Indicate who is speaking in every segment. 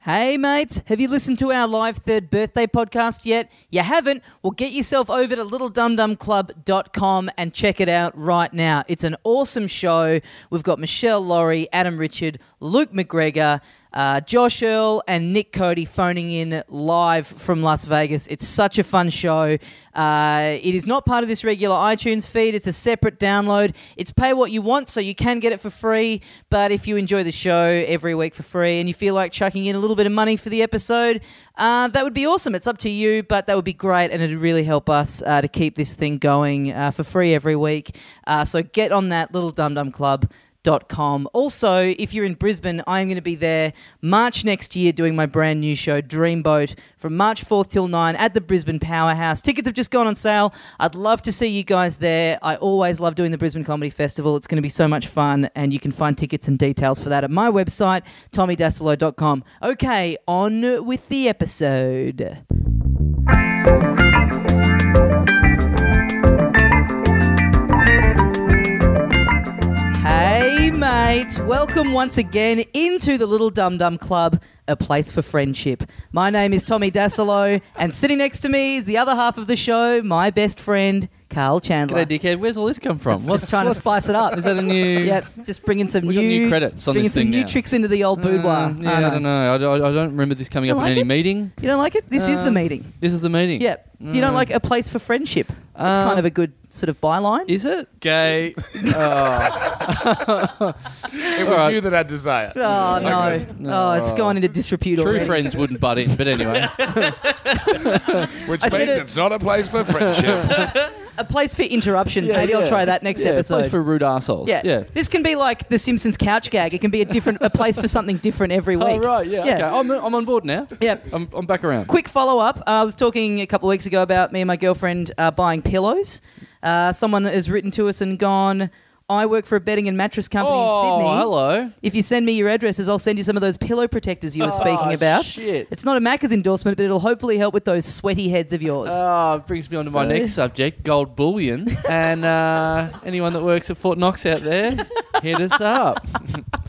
Speaker 1: Hey mates, have you listened to our live third birthday podcast yet? You haven't? Well, get yourself over to littledumdumclub.com and check it out right now. It's an awesome show. We've got Michelle Laurie, Adam Richard, Luke McGregor, uh, Josh Earl, and Nick Cody phoning in live from Las Vegas. It's such a fun show. Uh, it is not part of this regular iTunes feed. It's a separate download. It's pay what you want, so you can get it for free. But if you enjoy the show every week for free and you feel like chucking in a little bit of money for the episode, uh, that would be awesome. It's up to you, but that would be great, and it'd really help us uh, to keep this thing going uh, for free every week. Uh, so get on that little dum dum club. Dot com. Also, if you're in Brisbane, I'm going to be there March next year doing my brand new show, Dreamboat, from March 4th till 9 at the Brisbane Powerhouse. Tickets have just gone on sale. I'd love to see you guys there. I always love doing the Brisbane Comedy Festival. It's going to be so much fun, and you can find tickets and details for that at my website, tommydasilo.com. Okay, on with the episode. Hey, mates, welcome once again into the Little Dum Dum Club, a place for friendship. My name is Tommy Dasilo, and sitting next to me is the other half of the show, my best friend, Carl Chandler.
Speaker 2: G'day, dickhead. Where's all this come from?
Speaker 1: Just trying to spice it up.
Speaker 2: Is that a new?
Speaker 1: Yep, just bringing some
Speaker 2: We got new credits on
Speaker 1: bringing
Speaker 2: this
Speaker 1: some
Speaker 2: thing
Speaker 1: new
Speaker 2: now.
Speaker 1: tricks into the old boudoir.
Speaker 2: Mm, yeah, I don't know. I don't, I don't remember this coming
Speaker 1: You
Speaker 2: up in
Speaker 1: like
Speaker 2: any
Speaker 1: it?
Speaker 2: meeting.
Speaker 1: You don't like it? This is the
Speaker 2: Um,
Speaker 1: meeting.
Speaker 2: This is the meeting.
Speaker 1: Yep. You don't
Speaker 2: Mm.
Speaker 1: like a place for friendship. It's
Speaker 2: Um,
Speaker 1: kind of a good sort of byline.
Speaker 2: Is it? Oh.
Speaker 3: Gay. it was
Speaker 2: Alright.
Speaker 3: you that had desire.
Speaker 1: Oh no!
Speaker 2: Okay.
Speaker 1: Oh, it's gone into disrepute
Speaker 2: True
Speaker 1: already.
Speaker 2: friends wouldn't butt in, but anyway.
Speaker 3: Which
Speaker 1: I said
Speaker 3: means
Speaker 1: it-
Speaker 3: it's not a place for friendship.
Speaker 1: A place for interruptions.
Speaker 2: Yeah,
Speaker 1: Maybe I'll
Speaker 2: yeah.
Speaker 1: try that next
Speaker 2: yeah,
Speaker 1: episode.
Speaker 2: place for rude assholes.
Speaker 1: Yeah.
Speaker 2: yeah.
Speaker 1: This can be like the Simpsons couch gag. It can be a different a place for something different every week.
Speaker 2: Oh right, yeah.
Speaker 1: Yeah.
Speaker 2: Okay, I'm, I'm on board now.
Speaker 1: Yeah.
Speaker 2: I'm, I'm back around.
Speaker 1: Quick follow up. Uh, I was talking a couple of weeks ago about me and my girlfriend uh, buying pillows. Uh, someone has written to us and gone, I work for a bedding and mattress company
Speaker 2: oh,
Speaker 1: in Sydney.
Speaker 2: hello.
Speaker 1: If you send me your addresses, I'll send you some of those pillow protectors you were speaking
Speaker 2: Oh,
Speaker 1: about.
Speaker 2: shit.
Speaker 1: It's not a Macca's endorsement, but it'll hopefully help with those sweaty heads of yours.
Speaker 2: Ah, brings me on to my
Speaker 1: So-
Speaker 2: next subject: gold bullion. and uh, anyone that works at Fort Knox out there, hit us up.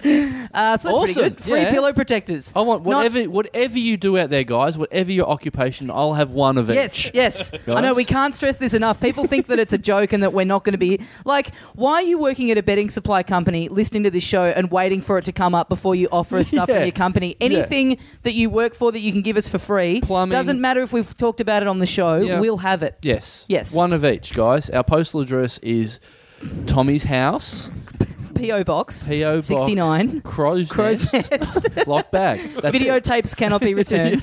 Speaker 1: Uh, so that's pretty
Speaker 2: awesome.
Speaker 1: good. Free
Speaker 2: Yeah.
Speaker 1: pillow protectors.
Speaker 2: I want
Speaker 1: Not-
Speaker 2: whatever whatever you do out there, guys. Whatever your occupation, I'll have one of each.
Speaker 1: Yes, yes. I know
Speaker 2: Guys?
Speaker 1: we can't stress this enough. People think that it's a joke and that we're not going to be like, why are you working at a betting supply company, listening to this show, and waiting for it to come up before you offer us stuff
Speaker 2: Yeah.
Speaker 1: from your company? Anything that you work for that you can give us for free
Speaker 2: Plumbing.
Speaker 1: doesn't matter if we've talked about it on the show.
Speaker 2: Yeah.
Speaker 1: We'll have it.
Speaker 2: Yes.
Speaker 1: Yes.
Speaker 2: One of each, guys. Our postal address is Tommy's House,
Speaker 1: PO box.
Speaker 2: PO Box
Speaker 1: 69.
Speaker 2: Crow's,
Speaker 1: Crow's
Speaker 2: Nest,
Speaker 1: nest.
Speaker 2: Lock Bag. That's it.
Speaker 1: Videotapes cannot be returned.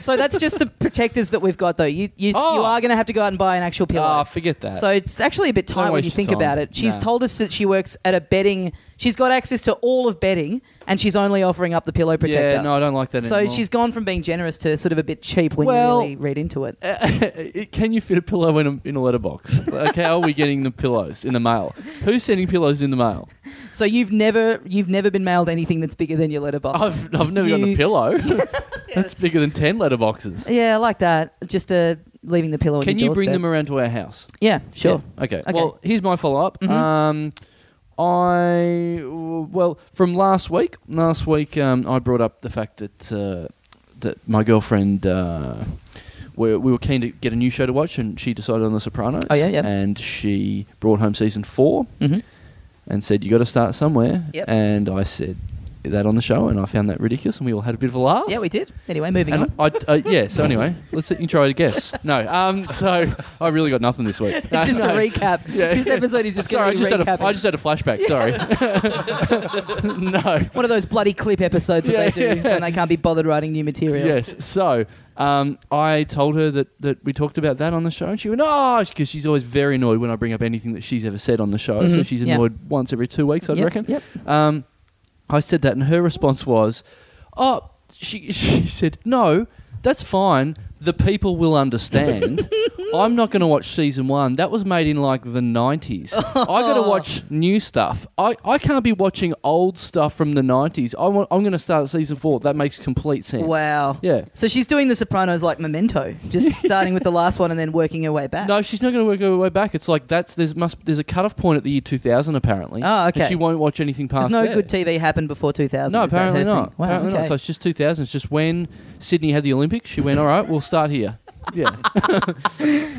Speaker 1: So that's just the protectors that we've got, though. You you, you
Speaker 2: Oh.
Speaker 1: are going to have to go out and buy an actual pillow.
Speaker 2: Ah, forget that.
Speaker 1: So it's actually a bit tight
Speaker 2: Don't
Speaker 1: when
Speaker 2: waste
Speaker 1: you think
Speaker 2: your time.
Speaker 1: about it. She's
Speaker 2: No.
Speaker 1: told us that she works at a betting. She's got access to all of betting, and she's only offering up the pillow protector.
Speaker 2: yeah, no, I don't like that
Speaker 1: so
Speaker 2: anymore.
Speaker 1: she's gone from being generous to sort of a bit cheap when
Speaker 2: Well-
Speaker 1: you really read into it.
Speaker 2: It- Uh, Can you fit a pillow in a, in a letterbox? Like, how are we getting the pillows in the mail? Who's sending pillows in the mail?
Speaker 1: So you've never you've never been mailed anything that's bigger than your letterbox.
Speaker 2: I've, I've never gotten
Speaker 1: You-
Speaker 2: a pillow.
Speaker 1: Yeah,
Speaker 2: That's bigger than 10 letterboxes.
Speaker 1: Yeah, I like that. Just uh, leaving the pillow. on
Speaker 2: Can
Speaker 1: your
Speaker 2: you bring
Speaker 1: doorstep.
Speaker 2: them around to our house?
Speaker 1: Yeah, sure.
Speaker 2: Yeah. Okay.
Speaker 1: Okay.
Speaker 2: Well, here's my follow up.
Speaker 1: Mhm.
Speaker 2: Um, I well from last week. Last week, um, I brought up the fact that uh, that my girlfriend. Uh, we we were keen to get a new show to watch, and she decided on The Sopranos.
Speaker 1: Oh, yeah, yeah.
Speaker 2: And she brought home season four
Speaker 1: Mhm.
Speaker 2: and said, "You got to start somewhere."
Speaker 1: Yep.
Speaker 2: And I said that on the show, and I found that ridiculous, and we all had a bit of a laugh.
Speaker 1: Yeah, we did. Anyway, moving
Speaker 2: Oh. And
Speaker 1: on.
Speaker 2: I, I, yeah. So anyway, let's you try to guess. No. Um. So I really got nothing this week. No,
Speaker 1: just to
Speaker 2: no.
Speaker 1: recap,
Speaker 2: Yeah.
Speaker 1: this episode is just
Speaker 2: Sorry, I
Speaker 1: going to
Speaker 2: just,
Speaker 1: be
Speaker 2: had a,
Speaker 1: recapping.
Speaker 2: I just had a flashback. Sorry. no.
Speaker 1: One of those bloody clip episodes
Speaker 2: Yeah,
Speaker 1: that they do
Speaker 2: yeah.
Speaker 1: when they can't be bothered writing new material.
Speaker 2: Yes. So um, I told her that, that we talked about that on the show, and she went, "Oh," because she's always very annoyed when I bring up anything that she's ever said on the show. So
Speaker 1: Mhm.
Speaker 2: she's
Speaker 1: Yeah.
Speaker 2: annoyed once every two weeks, I'd
Speaker 1: Yep,
Speaker 2: reckon.
Speaker 1: yep.
Speaker 2: Um, I said that, and her response was, "Oh," she she said, "No, that's fine. the people will understand. I'm not going to watch season one. That was made in like the 90s. I got to watch new stuff. I, I can't be watching old stuff from the 90s. I want, I'm going to start at season four. That makes complete sense.
Speaker 1: Wow.
Speaker 2: Yeah.
Speaker 1: So she's doing The Sopranos like Memento, just starting with the last one and then working her way back.
Speaker 2: No, she's not going to work her way back. It's like that's there's must there's a cutoff point at the year 2000 apparently.
Speaker 1: Oh, okay.
Speaker 2: And she won't watch anything past.
Speaker 1: There's no
Speaker 2: there.
Speaker 1: good TV happened before 2000.
Speaker 2: No,
Speaker 1: is that
Speaker 2: apparently
Speaker 1: her
Speaker 2: not.
Speaker 1: thing? Wow,
Speaker 2: apparently
Speaker 1: okay.
Speaker 2: not. So it's just 2000. It's just when Sydney had the Olympics, she went, all right, we'll start here. Yeah.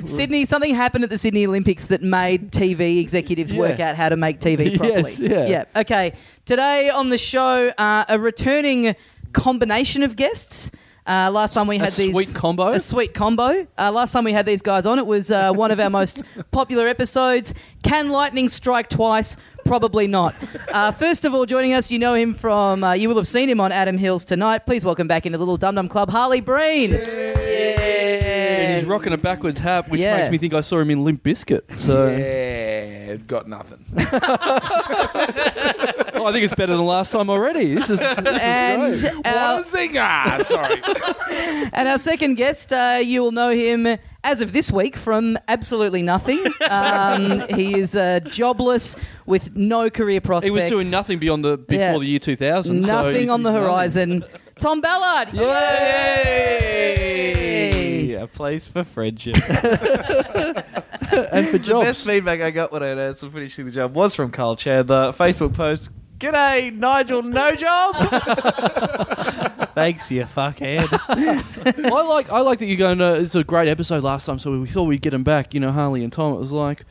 Speaker 1: Sydney, something happened at the Sydney Olympics that made TV executives
Speaker 2: Yeah.
Speaker 1: work out how to make TV
Speaker 2: Yes,
Speaker 1: properly.
Speaker 2: yeah.
Speaker 1: Okay. Today on the show, uh, a returning combination of guests. Uh, last time we had
Speaker 2: a
Speaker 1: these
Speaker 2: sweet combo.
Speaker 1: a sweet combo. Uh, last time we had these guys on, it was uh, one of our most popular episodes. Can lightning strike twice? Probably not. Uh, first of all, joining us, you know him from. Uh, you will have seen him on Adam Hills tonight. Please welcome back into the Little Dum Dum Club, Harley Breen.
Speaker 2: and he's rocking a backwards hat, which
Speaker 1: Yeah.
Speaker 2: makes me think I saw him in Limp Biscuit. So
Speaker 3: Yeah, got nothing.
Speaker 2: Oh, I think it's better than last time already. This is, this is
Speaker 1: And
Speaker 2: great.
Speaker 1: our-
Speaker 3: what a zinger! Sorry.
Speaker 1: And our second guest, uh, you will know him as of this week from absolutely nothing. Um, he is uh, jobless with no career prospects.
Speaker 2: He was doing nothing beyond the before
Speaker 1: Yeah.
Speaker 2: the year 2000. so
Speaker 1: Nothing
Speaker 2: he's-
Speaker 1: on the
Speaker 2: he's nothing.
Speaker 1: horizon. Tom Ballard. Yay!
Speaker 4: A place for friendship.
Speaker 2: And for
Speaker 4: the
Speaker 2: jobs.
Speaker 4: best feedback I got when I announced I'm finishing the job was from Carl Chandler. Facebook post. G'day, Nigel. No job. Thanks, you fuckhead.
Speaker 2: I like I like that you're going to. It's a great episode last time, so we thought we'd get him back. You know, Harley and Tom. It was like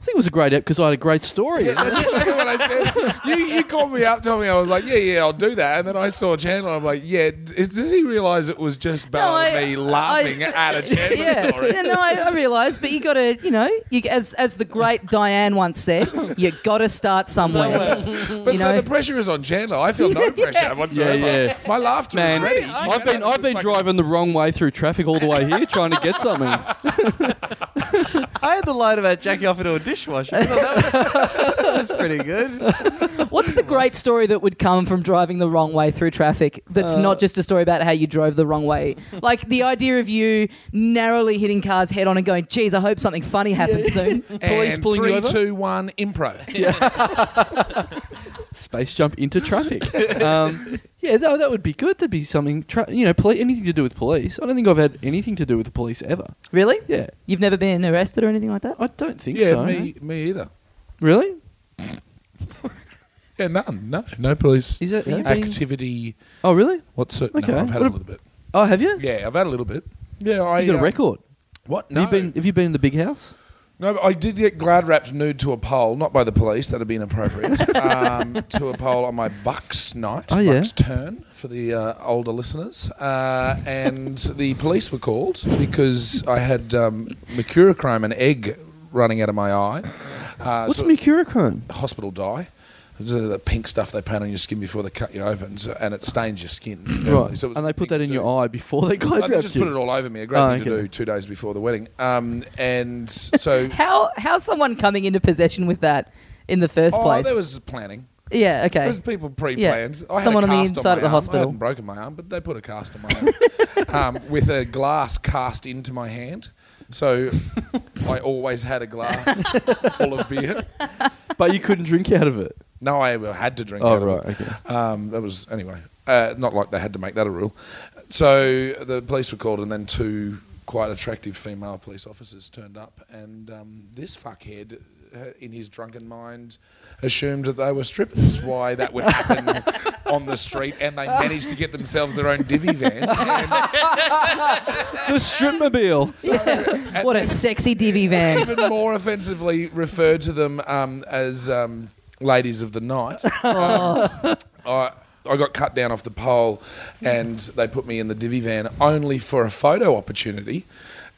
Speaker 2: I think it was a great episode because I had a great story.
Speaker 3: That's exactly what I said. You, you called me up, told me I was like, yeah, yeah, I'll do that. And then I saw Chandler. I'm like, yeah, is, does he realize it was just
Speaker 1: No,
Speaker 3: about
Speaker 1: I-
Speaker 3: me laughing
Speaker 1: I-
Speaker 3: at a Chandler
Speaker 1: Yeah,
Speaker 3: story?
Speaker 1: yeah, no, I, I realise, but you got to, you know, you, as as the great Diane once said, you got to start somewhere.
Speaker 3: But
Speaker 1: You
Speaker 3: so
Speaker 1: know-
Speaker 3: the pressure is on Chandler. I feel no pressure whatsoever.
Speaker 2: yeah.
Speaker 3: My laughter
Speaker 2: Man,
Speaker 3: is ready.
Speaker 2: I've been I've been
Speaker 3: Fucking-
Speaker 2: driving the wrong way through traffic all the way here trying to get something.
Speaker 4: I had the line about Jackie off into a dishwasher. I thought That was, that was pretty good.
Speaker 1: What's the great story that would come from driving the wrong way through traffic that's not just a story about how you drove the wrong way? Like the idea of you narrowly hitting cars head on and going, geez, I hope something funny happens soon.
Speaker 2: Police
Speaker 3: And
Speaker 2: pulling
Speaker 3: three,
Speaker 2: you over?
Speaker 3: two, one, impro.
Speaker 2: Space jump into traffic. Um, yeah, that, that would be good. That'd be something. Tra- you know, poli- anything to do with police. I don't think I've had anything to do with the police ever.
Speaker 1: Really?
Speaker 2: Yeah,
Speaker 1: You've never been arrested or anything like that?
Speaker 2: I don't think
Speaker 3: Yeah,
Speaker 2: so.
Speaker 3: me, me either.
Speaker 2: Really?
Speaker 3: Yeah, none. No, no police
Speaker 2: Is it? are you being-
Speaker 3: activity.
Speaker 2: Oh, really?
Speaker 3: What's it?
Speaker 2: Okay.
Speaker 3: No, I've had a
Speaker 2: What
Speaker 3: little bit.
Speaker 2: Oh, have you?
Speaker 3: Yeah, I've had a little bit. Yeah, I
Speaker 2: You got a
Speaker 3: uh,
Speaker 2: record.
Speaker 3: What?
Speaker 2: Have
Speaker 3: No,
Speaker 2: you been? Have you been in the big house?
Speaker 3: no. But I did get glad wrapped nude to a pole, not by the police. That'd have been appropriate. um, to a pole on my Bucks night,
Speaker 2: Oh, yeah.
Speaker 3: Bucks turn for the uh, older listeners, uh, and the police were called because I had um, mercurochrome, an egg running out of my eye. Uh,
Speaker 2: What's
Speaker 3: so-
Speaker 2: mercurochrome?
Speaker 3: hospital dye. It's uh, the pink stuff they paint on your skin before they cut you open, so, and it stains your skin.
Speaker 2: Right.
Speaker 3: So it was
Speaker 2: and
Speaker 3: a
Speaker 2: they put
Speaker 3: thing
Speaker 2: that in
Speaker 3: to
Speaker 2: your
Speaker 3: do.
Speaker 2: eye before they
Speaker 3: No,
Speaker 2: glad
Speaker 3: they
Speaker 2: wrapped
Speaker 3: just
Speaker 2: you.
Speaker 3: put it all over me. A great
Speaker 2: Oh,
Speaker 3: thing to
Speaker 2: okay.
Speaker 3: do two days before the wedding. Um, and so,
Speaker 1: How how's someone coming into possession with that in the first
Speaker 3: oh,
Speaker 1: place?
Speaker 3: there was planning.
Speaker 1: yeah,
Speaker 3: There
Speaker 1: okay.
Speaker 3: was people pre-planned. I had a
Speaker 1: Someone on the
Speaker 3: cast
Speaker 1: inside
Speaker 3: my
Speaker 1: of the
Speaker 3: arm.
Speaker 1: hospital.
Speaker 3: I hadn't broken my arm, but they put a cast on my arm um, with a glass cast into my hand. So I always had a glass full of beer.
Speaker 2: but you couldn't drink out of it.
Speaker 3: No, I had to drink.
Speaker 2: Oh,
Speaker 3: out of it.
Speaker 2: right, okay.
Speaker 3: Um, that was anyway. Uh, not like they had to make that a rule. So the police were called, and then two quite attractive female police officers turned up, and um, this fuckhead, uh, in his drunken mind, assumed that they were strippers. Why that would happen on the street, and they managed to get themselves their own divvy van. And
Speaker 2: The stripmobile.
Speaker 3: so, and-
Speaker 1: what a
Speaker 3: and
Speaker 1: sexy divvy van.
Speaker 3: even more offensively referred to them um, as um, ladies of the night. I, I got cut down off the pole and they put me in the divvy van only for a photo opportunity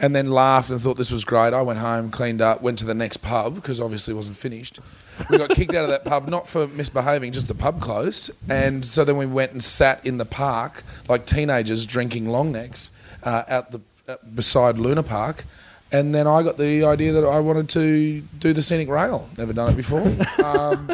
Speaker 3: and then laughed and thought this was great. I went home, cleaned up, went to the next pub because obviously it wasn't finished. We got kicked out of that pub, not for misbehaving, just the pub closed. And so then we went and sat in the park like teenagers drinking long necks uh, out the, uh, beside Luna Park. And then I got the idea that I wanted to do the scenic rail. Never done it before. Um,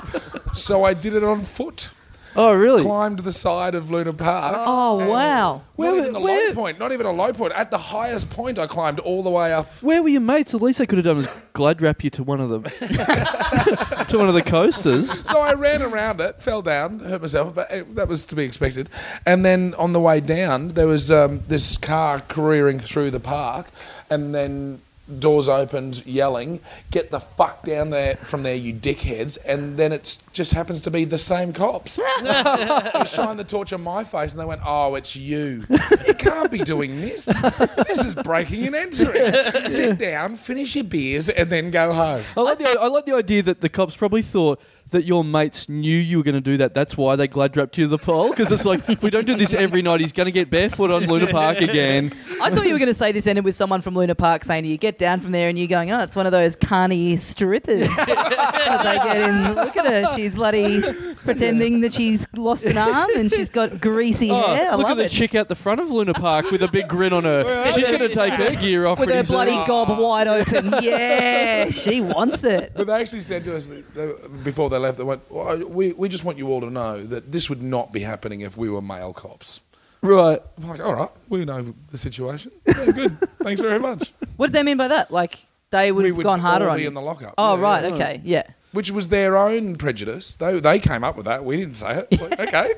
Speaker 3: so I did it on foot.
Speaker 2: Oh, really?
Speaker 3: climbed the side of Luna Park.
Speaker 1: Oh,
Speaker 3: and
Speaker 1: wow.
Speaker 3: Not
Speaker 2: Where-
Speaker 3: even the
Speaker 2: where-
Speaker 3: low point. Not even a low point. At the highest point, I climbed all the way up.
Speaker 2: Where were your mates? At least they could have done is glad wrap you to one of the to one of the coasters.
Speaker 3: So I ran around it, fell down, hurt myself, but eh, that was to be expected. And then on the way down, there was um, this car careering through the park, and then doors opened, yelling, "Get the fuck down there from there, you dickheads!" And then it just happens to be the same cops. they shine the torch on my face, and they went, "Oh, it's you. You can't be doing this. This is breaking and entering. Sit down, finish your beers, and then go home."
Speaker 2: I like the I like the idea that the cops probably thought that your mates knew you were going to do that. That's why they glad wrapped you to the pole because it's like if we don't do this every night, he's going to get barefoot on Luna Park again.
Speaker 1: I thought you were going to say this ended with someone from Luna Park saying you get down from there and you going, oh, it's one of those carny strippers. But they get in, look at her. She's bloody pretending that she's lost an arm and she's got greasy
Speaker 2: Oh,
Speaker 1: hair. I
Speaker 2: look at
Speaker 1: love
Speaker 2: the
Speaker 1: it.
Speaker 2: chick out the front of Luna Park with a big grin on her. She's going to take her gear off
Speaker 1: With her
Speaker 2: pretty soon.
Speaker 1: bloody gob wide open. Yeah, she wants it.
Speaker 3: But they actually said to us that they- before they left, they went, well, we, we just want you all to know that this would not be happening if we were male cops.
Speaker 2: right.
Speaker 3: I'm like, all right, we know the situation. Yeah, good. Thanks very much.
Speaker 1: What did they mean by that? Like, they would
Speaker 3: we
Speaker 1: have gone harder
Speaker 3: all
Speaker 1: on
Speaker 3: be
Speaker 1: you.
Speaker 3: in the lockup.
Speaker 1: oh,
Speaker 3: Yeah,
Speaker 1: right.
Speaker 3: yeah.
Speaker 1: Okay. Yeah.
Speaker 3: Which was their own prejudice. They, they came up with that. We didn't say it. It's like, okay.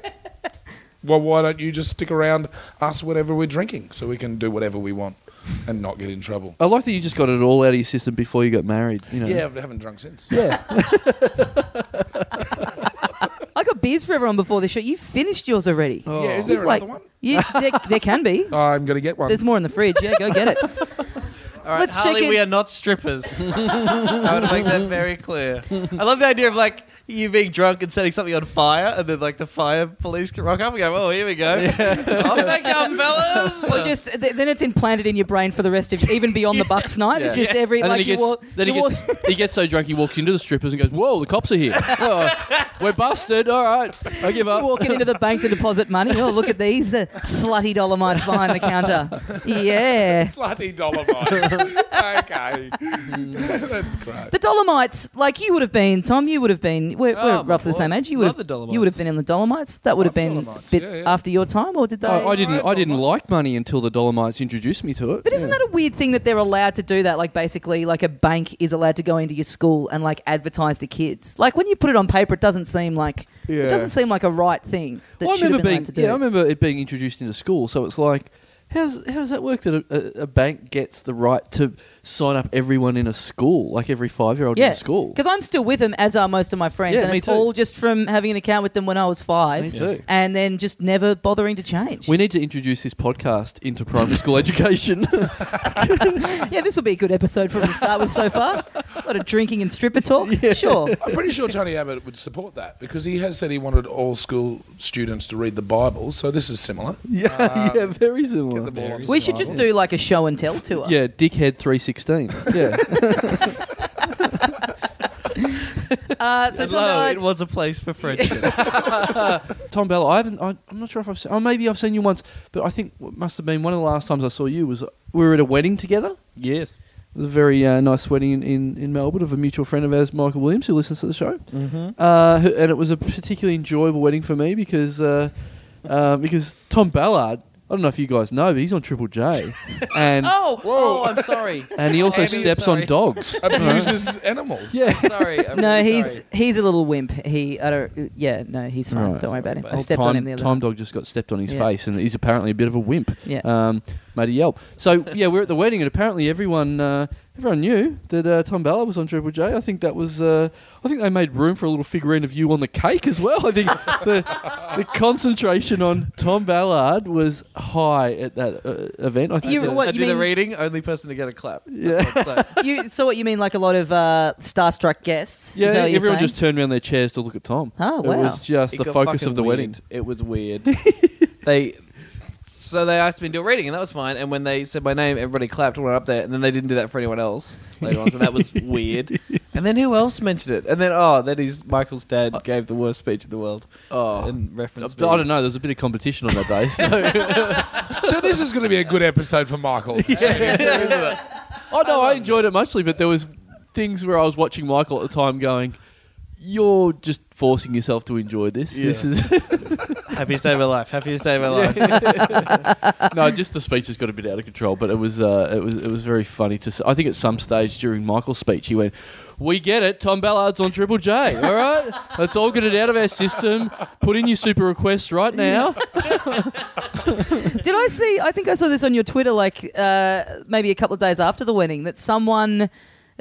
Speaker 3: Well, why don't you just stick around us whenever we're drinking so we can do whatever we want and not get in trouble?
Speaker 2: I like that you just got it all out of your system before you got married. You know.
Speaker 3: Yeah, I haven't drunk since.
Speaker 2: Yeah.
Speaker 1: I got beers for everyone before the show. You finished yours already.
Speaker 2: Oh.
Speaker 3: Yeah, is there
Speaker 1: Like,
Speaker 3: another one? Oh, um,
Speaker 1: You, there, there can be.
Speaker 3: I'm going to get one.
Speaker 1: There's more in the fridge. Yeah, go get it.
Speaker 4: All right,
Speaker 1: Let's check
Speaker 4: Harley,
Speaker 1: in-
Speaker 4: we are not strippers. I want to make that very clear. I love the idea of like you being drunk and setting something on fire, and then like the fire police can rock up and go, "Oh, here we go, off they come, fellas."
Speaker 1: Well, just th- then it's implanted in your brain for the rest of even beyond the Bucks night. It's just every
Speaker 2: And
Speaker 1: like
Speaker 2: then he
Speaker 1: you
Speaker 2: gets,
Speaker 1: walk.
Speaker 2: then he
Speaker 1: you
Speaker 2: gets, he gets so drunk he walks into the strippers and goes, "Whoa, the cops are here! Oh, we're busted! All right, I give
Speaker 1: walk-
Speaker 2: up."
Speaker 1: you're walking into the bank to deposit money. Oh, look at these uh, slutty dolomites behind the counter. Yeah.
Speaker 3: Slutty Dolomites. okay. That's great.
Speaker 1: The Dolomites, like you would have been, Tom, you would have been, we're,
Speaker 4: Oh,
Speaker 1: we're roughly the
Speaker 4: boy.
Speaker 1: same age. You
Speaker 4: Love
Speaker 1: would,
Speaker 4: the
Speaker 1: have,
Speaker 4: Dolomites.
Speaker 1: you would have been in the Dolomites. That would have been a
Speaker 3: Dolomites,
Speaker 1: bit
Speaker 3: yeah, yeah.
Speaker 1: after your time, or did they?
Speaker 2: Oh, I, I didn't. I
Speaker 3: Dolomites.
Speaker 2: didn't like money until the Dolomites introduced me to it.
Speaker 1: But isn't that a weird thing that they're allowed to do that? Like basically, like a bank is allowed to go into your school and like advertise to kids. Like when you put it on paper, it doesn't seem like
Speaker 2: Yeah.
Speaker 1: it doesn't seem like a right thing that
Speaker 2: Well, I
Speaker 1: should have been
Speaker 2: remember being.
Speaker 1: allowed to do.
Speaker 2: Yeah, I remember it being introduced into school. So it's like, how's how does that work that a, a, a bank gets the right to sign up everyone in a school, like every five year old in a school?
Speaker 1: because I'm still with them, as are most of my friends,
Speaker 2: Yeah,
Speaker 1: and
Speaker 2: me
Speaker 1: it's
Speaker 2: too.
Speaker 1: all just from having an account with them when I was five,
Speaker 2: Me too.
Speaker 1: and then just never bothering to change.
Speaker 2: We need to introduce this podcast into primary school education.
Speaker 1: yeah, this will be a good episode from the start with so far. A lot of drinking and stripper talk. Sure.
Speaker 3: I'm pretty sure Tony Abbott would support that because he has said he wanted all school students to read the Bible. So this is similar.
Speaker 2: yeah, yeah, very similar.
Speaker 3: Get the ball on
Speaker 1: We should just do like a show and tell tour.
Speaker 2: Yeah, dickhead three sixteen. Yeah.
Speaker 1: Uh, so Tom,
Speaker 4: Hello,
Speaker 1: I-
Speaker 4: it was a place for friendship.
Speaker 2: Tom Bell, I haven't. I, I'm not sure if I've. Seen, oh, maybe I've seen you once, but I think it must have been one of the last times I saw you was we were at a wedding together. It
Speaker 4: yes.
Speaker 2: was a very uh, nice wedding in, in, in Melbourne of a mutual friend of ours, Michael Williams, who listens to the show.
Speaker 4: Mm-hmm.
Speaker 2: Uh, who- and it was a particularly enjoyable wedding for me because uh, uh, because Tom Ballard. I don't know if you guys know, but he's on Triple J, and
Speaker 4: Oh, oh, I'm sorry.
Speaker 2: and he also
Speaker 4: Andy,
Speaker 2: steps
Speaker 4: sorry.
Speaker 2: on dogs.
Speaker 3: Abuses animals.
Speaker 2: Yeah.
Speaker 4: I'm sorry. I'm
Speaker 1: No,
Speaker 4: really
Speaker 1: he's
Speaker 4: sorry.
Speaker 1: he's a little wimp. He, I don't. Yeah, no, he's fine.
Speaker 2: Right.
Speaker 1: Don't worry about him. I
Speaker 4: Oh,
Speaker 1: stepped
Speaker 2: time,
Speaker 1: on him the other
Speaker 2: Time
Speaker 1: night.
Speaker 2: dog just got stepped on his
Speaker 1: Yeah.
Speaker 2: face, and he's apparently a bit of a wimp.
Speaker 1: Yeah.
Speaker 2: Um, made a yelp. So yeah, we're at the wedding, and apparently everyone uh, everyone knew that uh, Tom Ballard was on Triple J. I think that was. Uh, I think they made room for a little figurine of you on the cake as well. I think the, the concentration on Tom Ballard was high at that uh, event. I think.
Speaker 1: You-
Speaker 2: that-
Speaker 1: what,
Speaker 4: I
Speaker 1: you
Speaker 4: did
Speaker 1: mean-
Speaker 4: a reading. Only person to get a clap. That's
Speaker 2: Yeah.
Speaker 4: what I'm saying.
Speaker 1: you, so what you mean, like a lot of uh, starstruck guests?
Speaker 2: yeah,
Speaker 1: is that what you're
Speaker 2: everyone
Speaker 1: saying?
Speaker 2: just turned around their chairs to look at Tom.
Speaker 1: Oh,
Speaker 2: It
Speaker 1: wow.
Speaker 2: was just
Speaker 4: It
Speaker 2: the
Speaker 4: got
Speaker 2: focus
Speaker 4: fucking
Speaker 2: of the
Speaker 4: weird.
Speaker 2: wedding.
Speaker 4: It was weird. they so they asked me to do a reading, and that was fine. And when they said my name, everybody clapped and went up there, and then they didn't do that for anyone else later on, so that was weird. And then who else mentioned it? And then oh, that is Michael's dad gave the worst speech in the world
Speaker 2: Oh.
Speaker 4: in reference.
Speaker 2: I don't know. There was a bit of competition on that day. So.
Speaker 3: So this is going to be a good episode for Michael.
Speaker 2: Oh no, I enjoyed it muchly, but there was things where I was watching Michael at the time going, you're just forcing yourself to enjoy this. This is
Speaker 4: Happiest day of my life. Happiest day of my life.
Speaker 2: no, just the speech has got a bit out of control, but it was uh, it was it was very funny to. s- I think at some stage during Michael's speech, he went, "We get it. Tom Ballard's on Triple J. All right, let's all get it out of our system. Put in your super requests right now."
Speaker 1: Did I see? I think I saw this on your Twitter, like uh, maybe a couple of days after the wedding, that someone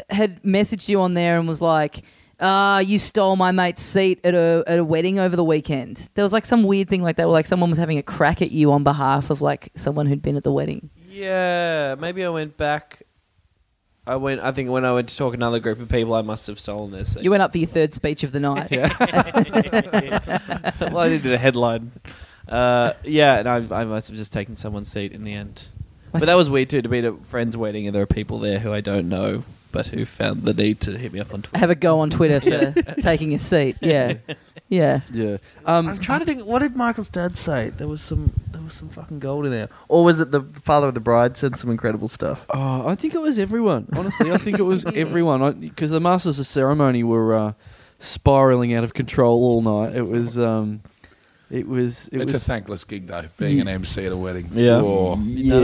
Speaker 1: had messaged you on there and was like, "Ah, you stole my mate's seat at a at a wedding over the weekend." There was like some weird thing like that, where like someone was having a crack at you on behalf of like someone who'd been at the wedding.
Speaker 4: yeah, maybe I went back. I went. I think when I went to talk another group of people, I must have stolen this.
Speaker 1: You went up for your third speech of the night.
Speaker 4: well, I needed a headline. Uh, yeah, and I, I must have just taken someone's seat in the end. But that was weird too to be at a friend's wedding and there are people there who I don't know, but who found the need to hit me up on Twitter.
Speaker 1: have a go on Twitter for taking a seat. Yeah, yeah.
Speaker 2: Yeah. Um,
Speaker 5: I'm trying to think. What did Michael's dad say? There was some. There was some fucking gold in there. Or was it the father of the bride said some incredible stuff?
Speaker 2: Oh, I think it was everyone. Honestly, I think it was everyone. Because the Masters of Ceremony were uh, spiraling out of control all night. It was. Um, it was. It
Speaker 3: it's
Speaker 2: was.
Speaker 3: a thankless gig though, being an MC at a wedding.
Speaker 4: Yeah.
Speaker 3: Whoa.
Speaker 4: done
Speaker 2: yeah,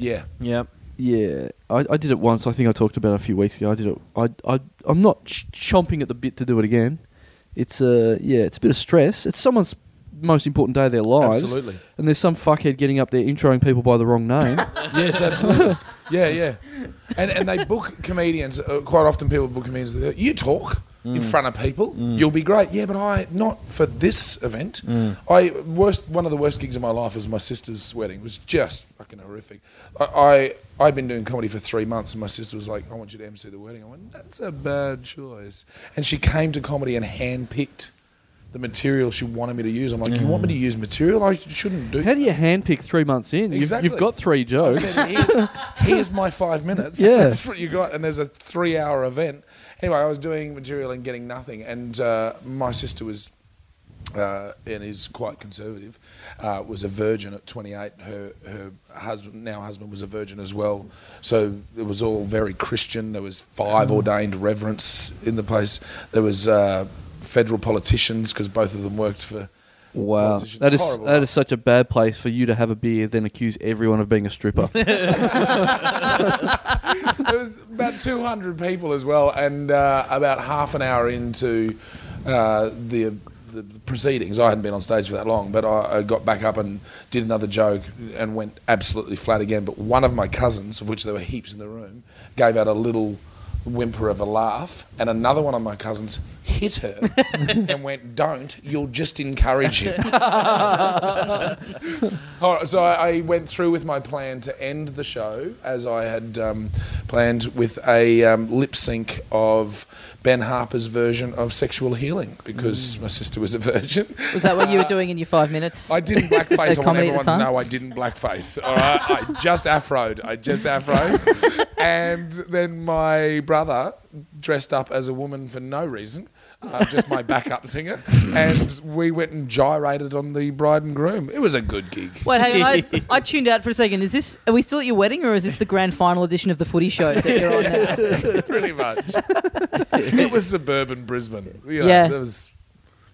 Speaker 3: yeah.
Speaker 4: Yep.
Speaker 2: yeah. I, I did it once. I think I talked about it a few weeks ago. I did it. I, I, I'm not ch- chomping at the bit to do it again. It's uh, yeah. It's a bit of stress. It's someone's most important day of their lives,
Speaker 3: Absolutely.
Speaker 2: and there's some fuckhead getting up there introing people by the wrong name.
Speaker 3: yes, absolutely. Yeah, yeah. And and they book comedians. Uh, quite often, people book comedians. They go, You talk
Speaker 2: Mm.
Speaker 3: in front of people. You'll be great. Yeah, but I not for this event.
Speaker 2: Mm.
Speaker 3: I worst one of the worst gigs of my life was my sister's wedding. It was just fucking horrific. I. I I'd been doing comedy for three months, and my sister was like, "I want you to MC the wedding." I went, "That's a bad choice." And she came to comedy and handpicked the material she wanted me to use. I'm like, "You want me to use material? I shouldn't do."
Speaker 2: Mm. How do you handpick three months in? You've-
Speaker 3: Exactly.
Speaker 2: You've, got three jokes.
Speaker 3: I said, here's, here's my five minutes.
Speaker 2: Yeah.
Speaker 3: That's what you got. And there's a three hour event. Anyway, I was doing material and getting nothing. And uh, my sister was, uh, and is quite conservative, uh, was a virgin at 28. Her, her husband, now husband, was a virgin as well. So it was all very Christian. There was five ordained reverends in the place. There was uh, federal politicians because both of them worked for.
Speaker 2: Wow,
Speaker 3: politicians.
Speaker 2: that is
Speaker 3: Horrible
Speaker 2: that
Speaker 3: life.
Speaker 2: is such a bad place for you to have a beer, then accuse everyone of being a stripper.
Speaker 3: there was about 200 people as well, and uh, about half an hour into uh, the the proceedings, I hadn't been on stage for that long, but I, I got back up and did another joke and went absolutely flat again. But one of my cousins, of which there were heaps in the room, gave out a little whimper of a laugh, and another one of my cousins hit her and went, "Don't! You'll just encourage him." All right, so I, I went through with my plan to end the show as I had um, planned with a um, lip sync of Ben Harper's version of Sexual Healing because
Speaker 1: Mm.
Speaker 3: my sister was a virgin.
Speaker 1: Was that what you were doing in your five minutes?
Speaker 3: I didn't blackface. I want
Speaker 1: comedy at the
Speaker 3: everyone to
Speaker 1: time?
Speaker 3: know I didn't blackface. All right, I just afroed. I just afroed, and then my brother dressed up as a woman for no reason, uh, just my backup singer, and we went and gyrated on the bride and groom. It was a good gig.
Speaker 1: Wait, hang on. I, I tuned out for a second. Is this? Are we still at your wedding, or is this the grand final edition of the Footy Show that you're on now?
Speaker 3: pretty much. it was suburban Brisbane. You know,
Speaker 1: Yeah.
Speaker 3: There was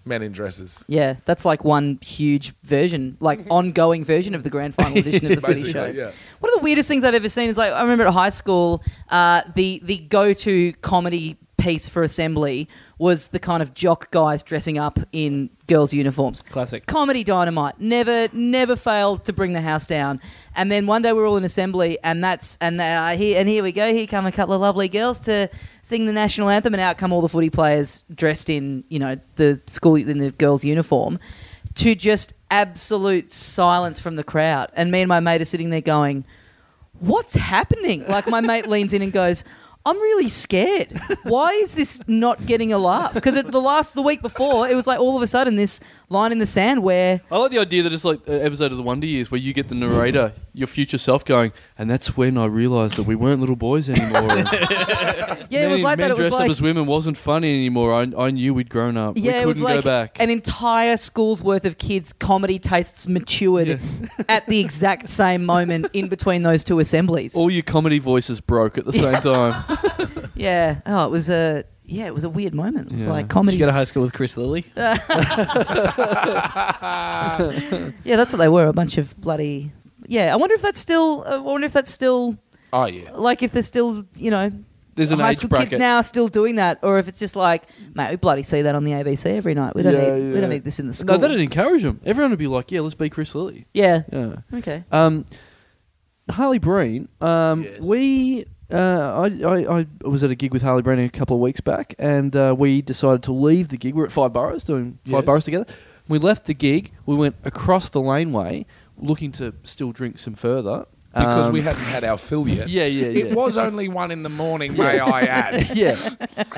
Speaker 3: men in dresses.
Speaker 1: Yeah, that's like one huge version, like ongoing version of the grand final edition of the Footy
Speaker 3: Basically,
Speaker 1: Show.
Speaker 3: yeah.
Speaker 1: One of the weirdest things I've ever seen is like I remember at high school, uh, the the go to comedy piece for assembly was the kind of jock guys dressing up in girls' uniforms.
Speaker 4: Classic.
Speaker 1: Comedy dynamite. Never, never failed to bring the house down. And then one day we we're all in assembly, and that's and uh, here and here we go. Here come a couple of lovely girls to sing the national anthem, and out come all the footy players dressed in you know the school in the girls' uniform, to just absolute silence from the crowd. And me and my mate are sitting there going, "What's happening?" Like my mate leans in and goes. I'm really scared. Why is this not getting a laugh? Because the last the week before, it was like all of a sudden this line in the sand where
Speaker 2: I like the idea that it's like an episode of The Wonder Years where you get the narrator, your future self, going, and that's when I realised that we weren't little boys anymore. and
Speaker 1: yeah,
Speaker 2: men,
Speaker 1: it was like
Speaker 2: men
Speaker 1: that. It was
Speaker 2: dressed
Speaker 1: like
Speaker 2: up as women wasn't funny anymore. I, I knew we'd grown up. we
Speaker 1: yeah, it
Speaker 2: couldn't
Speaker 1: was like
Speaker 2: go back.
Speaker 1: an entire school's worth of kids' comedy tastes matured at the exact same moment in between those two assemblies.
Speaker 2: All your comedy voices broke at the same time.
Speaker 1: Yeah. Oh, it was a yeah, it was a weird moment. It was
Speaker 2: Yeah.
Speaker 1: like
Speaker 4: Did
Speaker 1: comedy.
Speaker 4: you go to high school with Chris Lilly?
Speaker 1: yeah, that's what they were—a bunch of bloody. Yeah, I wonder if that's still. I wonder if that's still
Speaker 3: Oh yeah.
Speaker 1: like if they're still you know
Speaker 2: There's an
Speaker 1: high
Speaker 2: age
Speaker 1: school
Speaker 2: bracket.
Speaker 1: kids now are still doing that, or if it's just like mate, we bloody see that on the ABC every night. We don't
Speaker 2: Yeah,
Speaker 1: need we
Speaker 2: yeah.
Speaker 1: don't need this in the school.
Speaker 2: No, that'd encourage them. Everyone would be like, "Yeah, let's be Chris Lilly."
Speaker 1: yeah.
Speaker 2: Yeah.
Speaker 1: Okay.
Speaker 2: Um, Harley Breen. Um,
Speaker 3: Yes.
Speaker 2: We. Uh, I, I, I was at a gig with Harley Breen a couple of weeks back, and uh, we decided to leave the gig. We were at Five Boroughs doing Five
Speaker 3: Yes.
Speaker 2: Boroughs together. We left the gig. We went across the laneway, looking to still drink some further
Speaker 3: Because we
Speaker 2: Um,
Speaker 3: hadn't had our fill yet.
Speaker 2: Yeah, yeah, yeah.
Speaker 3: It was only one in the morning, may I add.
Speaker 2: yeah,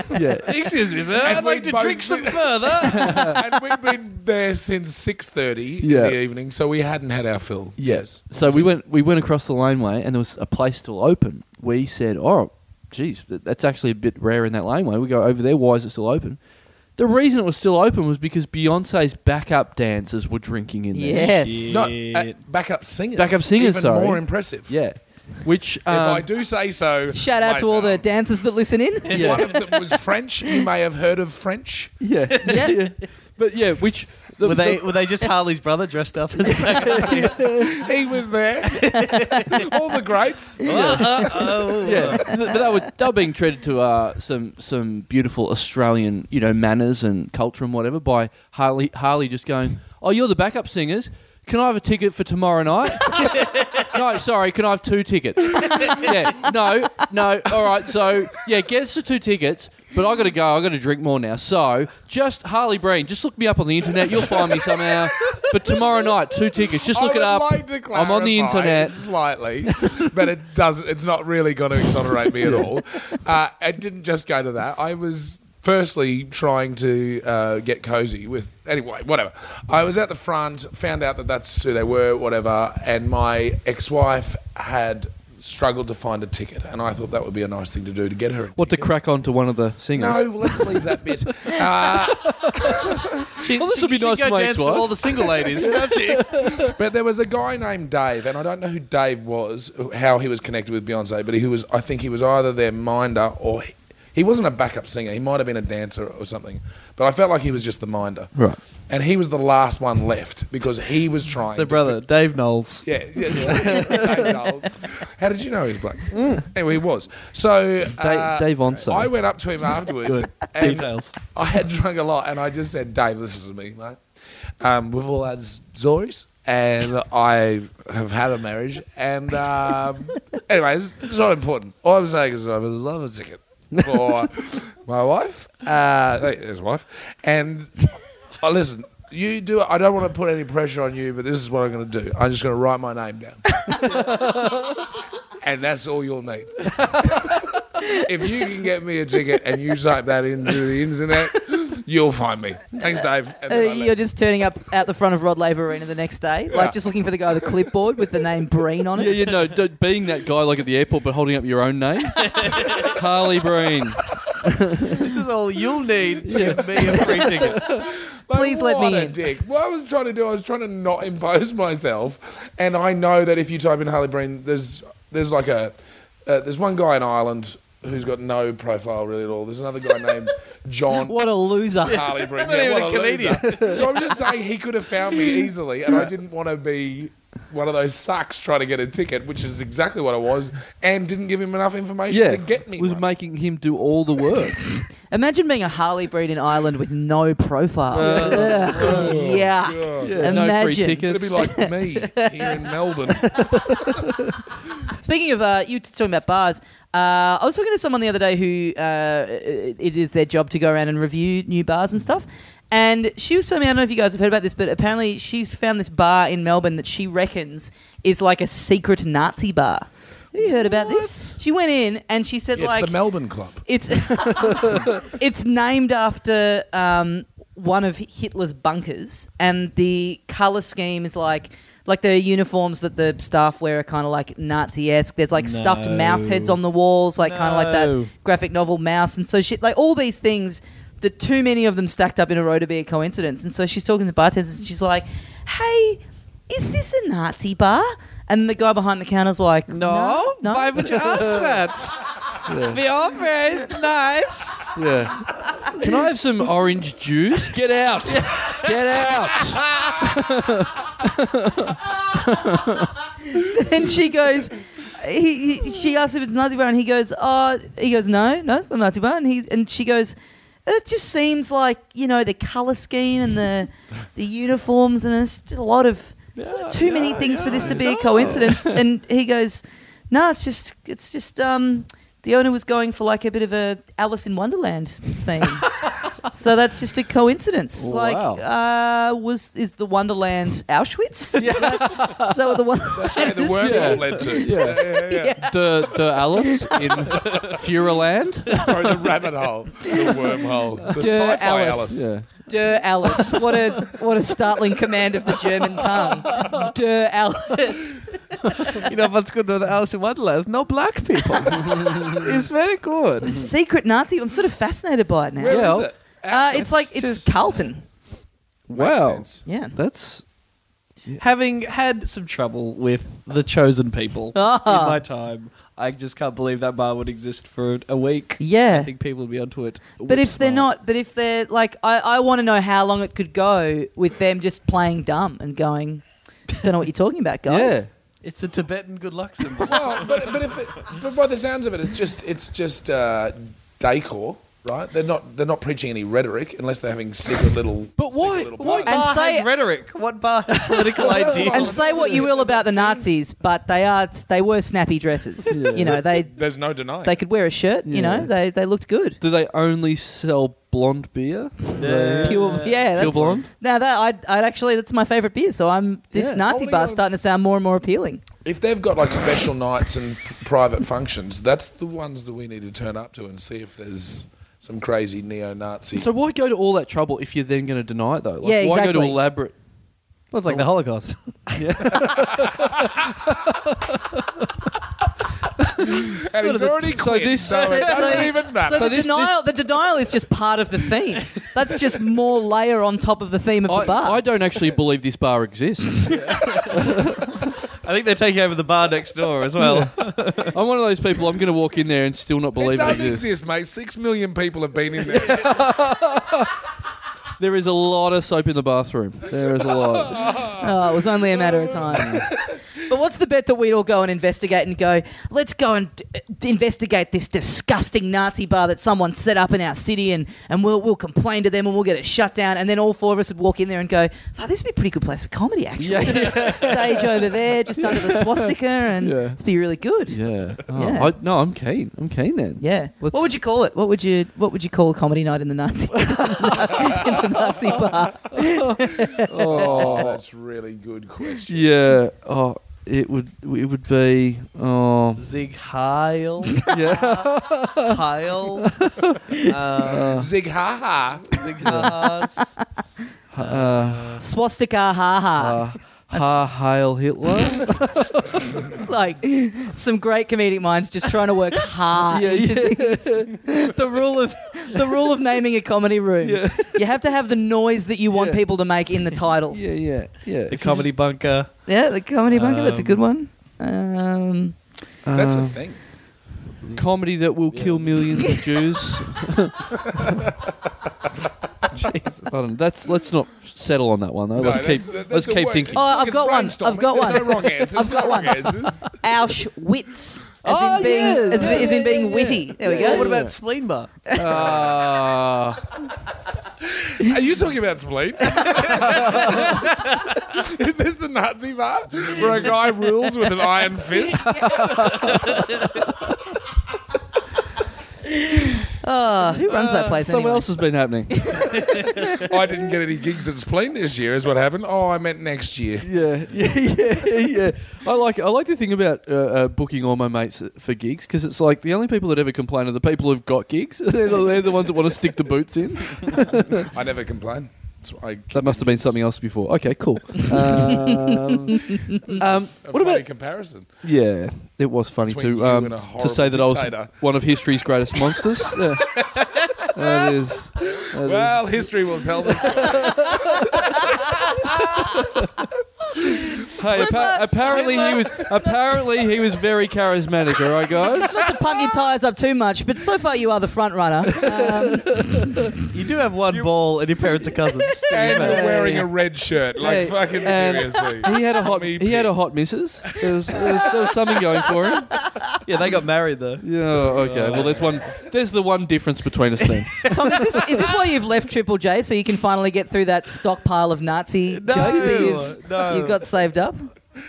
Speaker 2: yeah.
Speaker 4: Excuse me, sir.
Speaker 3: And
Speaker 4: I'd like
Speaker 3: we'd
Speaker 4: to
Speaker 3: both-
Speaker 4: drink some further.
Speaker 3: and we've been there since six thirty
Speaker 2: Yeah.
Speaker 3: in the evening, so we hadn't had our fill.
Speaker 2: Yes. So we went we went across the laneway and there was a place still open. We said, "Oh, geez, th- that's actually a bit rare in that laneway." We go over there. Why is it still open? The reason it was still open was because Beyonce's backup dancers were drinking in there.
Speaker 1: Yes.
Speaker 3: No, uh,
Speaker 4: Shit.
Speaker 3: backup singers.
Speaker 2: Backup singers,
Speaker 3: Even
Speaker 2: sorry.
Speaker 3: more impressive.
Speaker 2: Yeah. Which
Speaker 3: If
Speaker 2: um,
Speaker 3: I do say so.
Speaker 1: Shout out to all the
Speaker 3: myself.
Speaker 1: dancers that listen in.
Speaker 2: Yeah.
Speaker 3: One of them was French. You may have heard of French.
Speaker 2: Yeah.
Speaker 1: Yeah.
Speaker 2: But yeah, which the,
Speaker 4: were they
Speaker 2: the-
Speaker 4: were they just Harley's brother dressed up as a
Speaker 3: He was there. all the greats.
Speaker 4: oh.
Speaker 2: yeah, Th- but they were they were being treated to uh, some some beautiful Australian you know manners and culture and whatever by Harley Harley just going, oh you're the backup singers. Can I have a ticket for tomorrow night? no, sorry. Can I have two tickets? yeah, no, no. All right, so yeah, get us the two tickets. But I got to go. I got to drink more now. So just Harley Breen. Just look me up on the internet. You'll find me somehow. But tomorrow night, two tickets. Just look
Speaker 3: I
Speaker 2: it
Speaker 3: would
Speaker 2: up.
Speaker 3: Like to
Speaker 2: I'm on the
Speaker 3: clarify
Speaker 2: internet.
Speaker 3: slightly, but it doesn't. It's not really going to exonerate me at all. Uh, I didn't just go to that. I was firstly trying to uh, get cozy with anyway. Whatever. I was at the front, found out that that's who they were, whatever. And my ex-wife had struggled to find a ticket, and I thought that would be a nice thing to do to get her. A
Speaker 2: What to
Speaker 3: ticket.
Speaker 2: crack on to one of the singers?
Speaker 3: No, let's leave that bit. Uh,
Speaker 2: Well, this would be
Speaker 4: She'd
Speaker 2: nice
Speaker 4: go
Speaker 2: for my
Speaker 4: dance to
Speaker 2: ex-wife.
Speaker 4: all the single ladies. don't she?
Speaker 3: But there was a guy named Dave, and I don't know who Dave was, how he was connected with Beyonce, but he was, I think he was either their minder or he, he wasn't a backup singer. He might have been a dancer or something. But I felt like he was just the minder.
Speaker 2: Right.
Speaker 3: And he was the last one left because he was trying.
Speaker 4: So
Speaker 3: to
Speaker 4: brother, Dave Knowles.
Speaker 3: yeah, yeah, yeah. Dave Knowles. How did you know he was black? Anyway, he was. So uh,
Speaker 2: Mm. Dave Onso.
Speaker 3: I went up to him afterwards, and
Speaker 4: Details.
Speaker 3: I had drunk a lot, and I just said, Dave, this is me, mate. Um, we've all had stories, and I have had a marriage. And um, anyways, it's not important. All I'm saying is I would love a ticket for my wife, uh, his wife, and oh, listen. You do it. I don't want to put any pressure on you, but this is what I'm going to do. I'm just going to write my name down. and that's all you'll need. if you can get me a ticket and you type that into the internet, you'll find me. Thanks, Dave. And
Speaker 1: Uh,
Speaker 3: then I left.
Speaker 1: you're just turning up at the front of Rod Laver Arena the next day,
Speaker 3: Yeah.
Speaker 1: like just looking for the guy with the clipboard with the name Breen on it.
Speaker 2: Yeah, you know, d- being that guy like at the airport but holding up your own name. Harley Breen.
Speaker 4: This is all you'll need to give me a free ticket.
Speaker 3: But
Speaker 1: Please let
Speaker 3: what
Speaker 1: me
Speaker 3: a
Speaker 1: in.
Speaker 3: Dick. What I was trying to do, I was trying to not impose myself, and I know that if you type in Harley Breen, there's there's like a uh, there's one guy in Ireland who's got no profile really at all. There's another guy named John.
Speaker 1: What a loser.
Speaker 3: Harley Breen.
Speaker 4: Not
Speaker 3: Yeah,
Speaker 4: even
Speaker 3: what
Speaker 4: a
Speaker 3: a loser. so I'm just saying he could have found me easily, and I didn't want to be one of those sucks trying to get a ticket, which is exactly what I was, and didn't give him enough information
Speaker 2: Yeah,
Speaker 3: to get me.
Speaker 2: was
Speaker 3: one.
Speaker 2: making him do all the work.
Speaker 1: Imagine being a Harley breed in Ireland with no profile. Ugh.
Speaker 2: Oh,
Speaker 1: yeah.
Speaker 3: God.
Speaker 2: Yeah, no free
Speaker 1: Imagine.
Speaker 2: tickets.
Speaker 3: It'd be like me here in Melbourne.
Speaker 1: Speaking of uh, you t- talking about bars, uh, I was talking to someone the other day who uh, it is their job to go around and review new bars and stuff. And she was telling me, I don't know if you guys have heard about this, but apparently she's found this bar in Melbourne that she reckons is like a secret Nazi bar. Have you heard about this? She went in and she said,
Speaker 3: It's
Speaker 1: like,
Speaker 3: the Melbourne Club.
Speaker 1: it's it's named after um, one of Hitler's bunkers, and the color scheme is like like the uniforms that the staff wear are kind of like Nazi esque. There's like stuffed
Speaker 4: No.
Speaker 1: mouse heads on the walls, like kind of like
Speaker 4: No.
Speaker 1: that graphic novel mouse, and so shit. Like all these things, that too many of them stacked up in a row to be a coincidence. And so she's talking to the bartenders, and she's like, "Hey, is this a Nazi bar?" And the guy behind the counter's like, "No,
Speaker 4: No,
Speaker 1: no,
Speaker 4: why
Speaker 1: it's
Speaker 4: would you ask that? The offer is nice.
Speaker 2: Yeah. Can I have some orange juice? Get out! Get out!
Speaker 1: then she goes, he, he, she asks if it's Nazi bar, and he goes, oh, he goes, no, no, it's not Nazi bar, and he's, and she goes, it just seems like you know the color scheme and the the uniforms, and it's just a lot of it's
Speaker 4: Yeah,
Speaker 1: too many
Speaker 4: yeah,
Speaker 1: things for this
Speaker 4: yeah,
Speaker 1: to be a coincidence. and he goes, no, it's just, it's just, um, the owner was going for like a bit of a Alice in Wonderland theme. So that's just a coincidence. Like, uh, was is the Wonderland Auschwitz? Is, that, is that what the one?
Speaker 3: Yeah, the word
Speaker 2: Yeah.
Speaker 3: led to.
Speaker 2: Yeah.
Speaker 3: yeah, yeah.
Speaker 2: The the Alice in Fureland.
Speaker 3: Sorry, the rabbit hole, the wormhole, the
Speaker 1: Der
Speaker 3: sci-fi Alice.
Speaker 1: Alice. Der Alice. What a what a startling command of the German tongue. Der Alice.
Speaker 4: you know what's good though? The Alice in Wonderland. No black people. it's very good.
Speaker 1: Secret Nazi. I'm sort of fascinated by it now.
Speaker 3: Where is
Speaker 2: Yeah.
Speaker 3: it?
Speaker 1: Uh, it's like it's
Speaker 4: just-
Speaker 1: Carlton.
Speaker 3: Makes
Speaker 4: Wow.
Speaker 3: sense.
Speaker 1: Yeah.
Speaker 4: That's having had some trouble with the chosen people
Speaker 1: Ah.
Speaker 4: in my time. I just can't believe that bar would exist for a week.
Speaker 1: Yeah.
Speaker 4: I think people would be onto it.
Speaker 1: But if they're
Speaker 4: whip-smart.
Speaker 1: not, but if they're like, I, I want to know how long it could go with them just playing dumb and going, don't know what you're talking about, guys.
Speaker 4: it's a Tibetan good luck symbol.
Speaker 3: Well, but but if it, but by the sounds of it, it's just it's just uh, decor, right? They're not they're not preaching any rhetoric unless they're having secret little.
Speaker 4: But
Speaker 3: secret
Speaker 4: why-
Speaker 3: little
Speaker 4: why-
Speaker 3: parties.
Speaker 1: And
Speaker 4: bar
Speaker 1: say
Speaker 4: has rhetoric. What bar has political ideas?
Speaker 1: And say what you will about the Nazis, but they are they were snappy dresses. You know, they
Speaker 3: There's no denying.
Speaker 1: they could wear a shirt. You
Speaker 2: Yeah.
Speaker 1: know, they they looked good.
Speaker 2: Do they only sell blonde beer?
Speaker 4: Yeah.
Speaker 1: Pure, yeah,
Speaker 2: Pure
Speaker 1: that's,
Speaker 2: blonde?
Speaker 1: Now that I'd, I'd actually, that's my favorite beer. So I'm this
Speaker 2: Yeah.
Speaker 1: Nazi
Speaker 3: Holy
Speaker 1: bar's
Speaker 3: God.
Speaker 1: starting to sound more and more appealing.
Speaker 3: if they've got like special nights and p- private functions, that's the ones that we need to turn up to and see if there's some crazy neo-Nazi.
Speaker 2: So why go to all that trouble if you're then going to deny it though? Like,
Speaker 1: Yeah,
Speaker 2: Why go to
Speaker 1: exactly.
Speaker 2: elaborate?
Speaker 4: Well, it's like the
Speaker 5: Oh.
Speaker 4: Holocaust.
Speaker 3: and he's already
Speaker 2: so
Speaker 3: quit,
Speaker 2: this-
Speaker 3: so it doesn't even matter.
Speaker 1: so
Speaker 2: So
Speaker 1: the
Speaker 2: this-
Speaker 1: denial, the denial is just part of the theme. That's just more layer on top of the theme of
Speaker 2: I,
Speaker 1: the bar.
Speaker 2: I don't actually believe this bar exists.
Speaker 4: I think they're taking over the bar next door as well.
Speaker 2: I'm one of those people. I'm going to walk in there and still not
Speaker 3: it
Speaker 2: believe it,
Speaker 3: does
Speaker 2: exists.
Speaker 3: exist, mate. Six million people have been in there.
Speaker 2: There is a lot of soap in the bathroom. There is a lot.
Speaker 1: oh, it was only a matter of time. but what's the bet that we'd all go and investigate and go, let's go and uh, investigate this disgusting Nazi bar that someone set up in our city, and and we'll we'll complain to them and we'll get it shut down, and then all four of us would walk in there and go, oh, this would be a pretty good place for comedy, actually. stage over there, just under the swastika, and
Speaker 2: Yeah.
Speaker 1: it's be really good. Yeah.
Speaker 2: Yeah. Oh,
Speaker 1: Yeah.
Speaker 2: I, no, I'm keen. I'm keen then. Let's-
Speaker 1: What would you call it? What would you What would you call a comedy night in the Nazi in the Nazi bar?
Speaker 3: oh, that's really good question.
Speaker 2: Yeah. Oh, it would. It would be. Oh. uh,
Speaker 4: Zig Heil.
Speaker 2: Yeah.
Speaker 4: Heil. Uh,
Speaker 3: Zig ha ha.
Speaker 4: Zig Haas.
Speaker 2: Uh,
Speaker 1: Swastika, ha ha.
Speaker 2: uh, ha Hail Hitler.
Speaker 1: It's like some great comedic minds just trying to work hard
Speaker 2: Yeah,
Speaker 1: into
Speaker 2: yeah.
Speaker 1: things. The rule of the rule of naming a comedy room. You have to have the noise that you want
Speaker 2: Yeah.
Speaker 1: people to make in the title. Yeah,
Speaker 2: Yeah. Yeah. Yeah.
Speaker 4: The comedy bunker.
Speaker 1: the comedy bunker. that's a
Speaker 4: Um,
Speaker 1: good one. Um,
Speaker 3: That's a
Speaker 2: Uh,
Speaker 3: thing.
Speaker 2: comedy that will kill millions of Jews. I don't know. That's let's not settle on that one though.
Speaker 3: No,
Speaker 2: let's keep
Speaker 3: that's- that-
Speaker 2: let's
Speaker 3: that's a
Speaker 2: keep
Speaker 3: way-
Speaker 2: thinking.
Speaker 1: Oh, I've
Speaker 3: It's
Speaker 1: got one.
Speaker 3: brainstorming.
Speaker 1: I've got
Speaker 3: There's
Speaker 1: one.
Speaker 3: no wrong answers.
Speaker 1: I've got
Speaker 3: No wrong
Speaker 1: one.
Speaker 3: answers.
Speaker 1: Auschwitz, as
Speaker 2: Oh,
Speaker 1: in being
Speaker 2: yeah.
Speaker 1: as, as in
Speaker 2: Yeah,
Speaker 1: being
Speaker 2: yeah,
Speaker 1: witty.
Speaker 2: yeah.
Speaker 1: There we
Speaker 2: Yeah,
Speaker 1: go.
Speaker 4: What about Spleen Bar?
Speaker 2: Ah.
Speaker 3: Are you talking about spleen? Is this the Nazi bar where a guy rules with an iron fist?
Speaker 1: Oh, who runs that place?
Speaker 2: something
Speaker 1: anyway?
Speaker 2: Um, else has been happening.
Speaker 3: I didn't get any gigs at spleen this year, is what happened. Oh, I meant next year.
Speaker 2: Yeah, yeah, yeah, yeah. I like I like the thing about uh, uh, booking all my mates for gigs because it's like the only people that ever complain are the people who've got gigs. they're, the, they're the ones that want to stick the boots in.
Speaker 3: I never complain. So I
Speaker 2: That must have been something else before. Okay, cool. Um, um,
Speaker 3: A
Speaker 2: what
Speaker 3: funny
Speaker 2: about?
Speaker 3: comparison?
Speaker 2: Yeah, it was funny
Speaker 3: Between
Speaker 2: to
Speaker 3: you
Speaker 2: um,
Speaker 3: and a
Speaker 2: to say that
Speaker 3: horrible
Speaker 2: I was
Speaker 3: dictator.
Speaker 2: one of history's greatest monsters. Yeah. That is. that is-
Speaker 3: Well, history will tell this.
Speaker 2: Hey,
Speaker 1: Clipper,
Speaker 2: appa- apparently he was apparently he was very charismatic. All right, guys.
Speaker 1: Not to pump your tyres up too much, but so far you are the front runner. Um,
Speaker 5: You do have one ball, and your parents are cousins.
Speaker 3: And
Speaker 2: Yeah.
Speaker 3: you're wearing a red shirt. Like,
Speaker 2: Hey,
Speaker 3: fucking
Speaker 2: and-
Speaker 3: seriously.
Speaker 2: He had a hot
Speaker 3: Me
Speaker 2: he had a hot missus. There was, there was, there was something going for him.
Speaker 5: yeah, they got married though.
Speaker 2: Yeah. Okay. Well, there's one. There's the one difference between us then.
Speaker 1: Tom, is this, is this why you've left Triple J so you can finally get through that stockpile of Nazi
Speaker 5: No,
Speaker 1: jokes that you've,
Speaker 5: no.
Speaker 1: you've got saved up?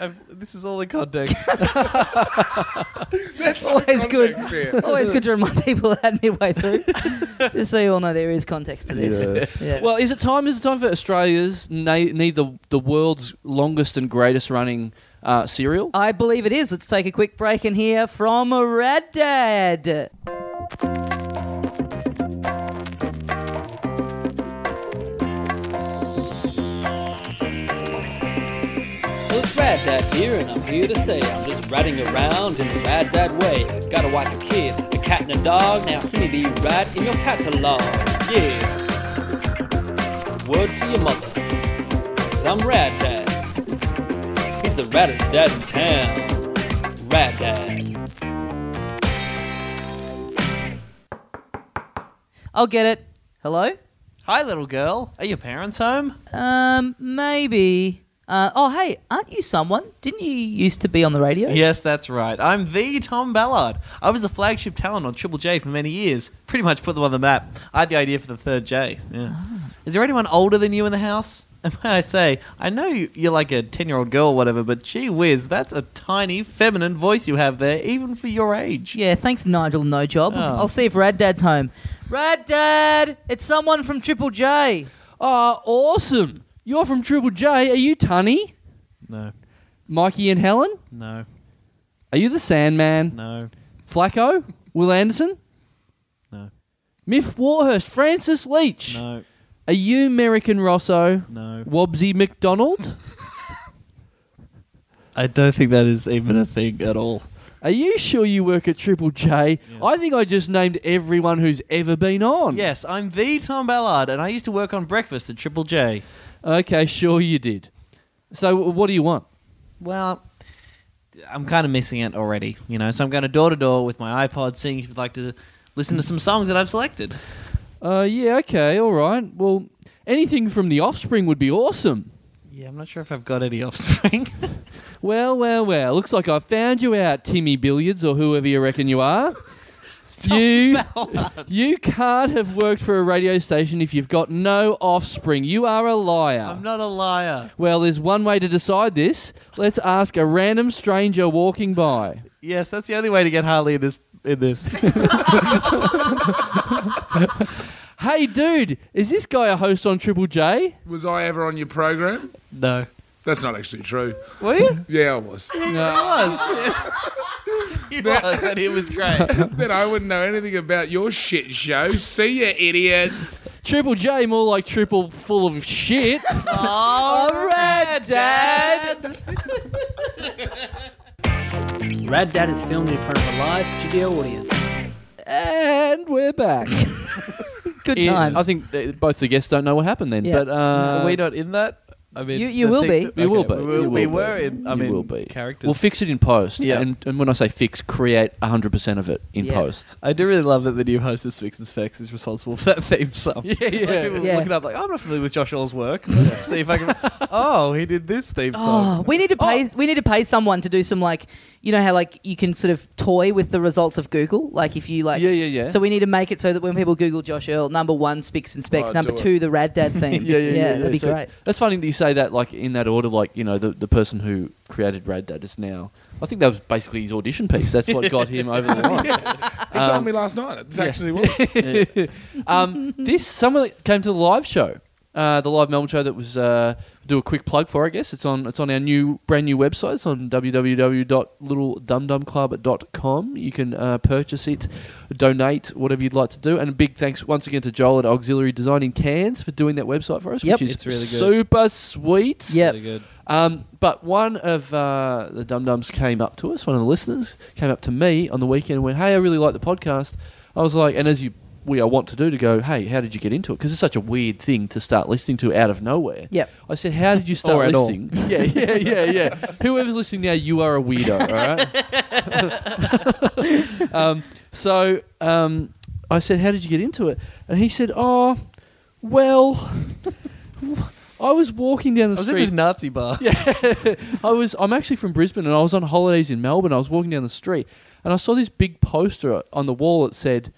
Speaker 4: Um,
Speaker 5: I've- this is all in context.
Speaker 3: That's not
Speaker 1: Always
Speaker 3: the
Speaker 1: good.
Speaker 3: context here.
Speaker 1: Always good to remind people that midway through, just so you all know there is context to this. Yeah.
Speaker 2: Well, is it time? Is it time for Australia's na- need the the world's longest and greatest running uh, serial?
Speaker 1: I believe it is. Let's take a quick break and hear from Red Dad.
Speaker 6: Well, it's Rad Dad here, and I'm here to say I'm just ratting around in a Rad Dad way. Got a wife, a kid, a cat, and a dog. Now, see me be rad in your catalog. Yeah. Word to your mother. Cause I'm Rad Dad. He's the raddest dad in town. Rad Dad.
Speaker 1: I'll get it. Hello?
Speaker 5: Hi, little girl. Are your parents home?
Speaker 1: Um, maybe. Uh, oh, hey, aren't you someone? Didn't you used to be on the radio?
Speaker 5: Yes, that's right. I'm the Tom Ballard. I was the flagship talent on Triple J for many years. Pretty much put them on the map. I had the idea for the third J. Yeah. Is there anyone older than you in the house? And may I say, I know you- you're like a 10 year old girl or whatever, but gee whiz, that's a tiny feminine voice you have there, even for your age.
Speaker 1: Yeah, thanks, Nigel. No job.
Speaker 5: Oh.
Speaker 1: I'll see if Rad Dad's home. Rad Dad, it's someone from Triple J.
Speaker 2: Oh, awesome! You're from Triple J. Are you Tunny,
Speaker 5: No,
Speaker 2: Mikey, and Helen?
Speaker 5: no,
Speaker 2: Are you the Sandman?
Speaker 5: no.
Speaker 2: Flacco, Will Anderson?
Speaker 5: No.
Speaker 2: Miff Warhurst, Francis Leach.
Speaker 5: No,
Speaker 2: Are you American Rosso?
Speaker 5: no.
Speaker 2: Wobsy McDonald?
Speaker 5: I don't think that is even a thing at all.
Speaker 2: Are you sure you work at Triple J?
Speaker 5: Yeah.
Speaker 2: I think I just named everyone who's ever been on.
Speaker 5: Yes, I'm the Tom Ballard, and I used to work on breakfast at Triple J.
Speaker 2: Okay, sure you did. So w- what do you want?
Speaker 5: Well, I'm kind of missing it already, you know. So I'm going to door to door with my iPod, seeing if you'd like to listen to some songs that I've selected.
Speaker 2: Uh, yeah, okay, all right. Well, anything from The Offspring would be awesome.
Speaker 5: Yeah, I'm not sure if I've got any offspring.
Speaker 2: Well, well, well. Looks like I found you out, Timmy Billiards, or whoever you reckon you are. you, you can't have worked for a radio station if you've got no offspring. You are a liar.
Speaker 5: I'm not a liar.
Speaker 2: well, there's one way to decide this. Let's ask a random stranger walking by.
Speaker 5: Yes, that's the only way to get Harley in this. In this,
Speaker 2: Hey, dude, is this guy a host on Triple J?
Speaker 3: Was I ever on your program?
Speaker 5: no.
Speaker 3: That's not actually true.
Speaker 5: Were you?
Speaker 3: Yeah, I was.
Speaker 5: I was. he was, and it was great.
Speaker 3: then I wouldn't know anything about your shit show. See ya, idiots.
Speaker 2: Triple J, more like triple full of shit.
Speaker 1: Oh,
Speaker 5: All right, Dad.
Speaker 6: Rad Dad is filmed in front of a live studio audience.
Speaker 2: and we're back.
Speaker 1: Good
Speaker 2: In-
Speaker 1: times.
Speaker 2: I think uh, both the guests don't know what happened then.
Speaker 1: Yeah.
Speaker 2: But uh,
Speaker 5: Are we not in that? I mean,
Speaker 1: You- you
Speaker 5: the
Speaker 1: will
Speaker 5: thing
Speaker 1: be.
Speaker 5: that-
Speaker 2: You will be.
Speaker 5: We,
Speaker 2: You
Speaker 5: will
Speaker 2: will
Speaker 5: we
Speaker 2: be.
Speaker 5: were in. I
Speaker 2: you
Speaker 5: mean,
Speaker 2: will be.
Speaker 5: characters.
Speaker 2: We'll fix it in post.
Speaker 5: Yeah.
Speaker 2: And, and when I say fix, create 100% of it in
Speaker 1: Yeah.
Speaker 2: post.
Speaker 5: I do really love that the new host of Spix and Specs is responsible for that theme song. Yeah, yeah. people
Speaker 1: Yeah.
Speaker 5: looking up
Speaker 4: "Oh,
Speaker 5: like, I'm not familiar with Josh Orr's work. Let's see if I can. Oh, he did this theme
Speaker 1: Oh,
Speaker 5: song.
Speaker 1: we need to pay. We need to pay someone to do some like, you know how like you can sort of toy with the results of Google. Like if you like,
Speaker 2: Yeah, yeah, yeah.
Speaker 1: So we need to make it so that when people Google Josh Earl, number one Spicks and Specs,
Speaker 3: Oh,
Speaker 1: number
Speaker 3: do it.
Speaker 1: two the Rad Dad theme. that'd be
Speaker 2: So
Speaker 1: great.
Speaker 2: That's funny that you say that, like, in that order, like, you know, the, the person who created Rad Dad is now. I think that was basically his audition piece. That's what got him over the line.
Speaker 3: He
Speaker 1: Um,
Speaker 3: told me last night. It actually was.
Speaker 2: um, this someone came to the live show, uh, the live Melbourne show that was uh, do a quick plug for. I guess it's on it's on our new brand new website. It's on www.littledumdumclub.com. You can uh, purchase it, donate whatever you'd like to do, and a big thanks once again to Joel at Auxiliary Design in Cairns for doing that website for us,
Speaker 1: Yep.
Speaker 2: which is
Speaker 5: It's really good.
Speaker 2: super sweet.
Speaker 1: Yep.
Speaker 5: good.
Speaker 2: Um, but one of uh, the Dum Dums came up to us, one of the listeners came up to me on the weekend and went, Hey, I really like the podcast. I was like, and as you we I want to do to go, hey, how did you get into it? Because it's such a weird thing to start listening to out of nowhere.
Speaker 1: Yep.
Speaker 2: I said, how did you start
Speaker 4: Or at all.
Speaker 2: listening? Yeah, yeah, yeah, yeah. Whoever's listening now, you are a weirdo, all right? um, so um, I said, how did you get into it? And he said, oh, well, I was walking
Speaker 5: Oh,
Speaker 2: down the
Speaker 4: I was at
Speaker 2: street.
Speaker 4: this Nazi bar.
Speaker 2: Yeah, I was. I'm actually from Brisbane, and I was on holidays in Melbourne. I was walking down the street, and I saw this big poster on the wall that said,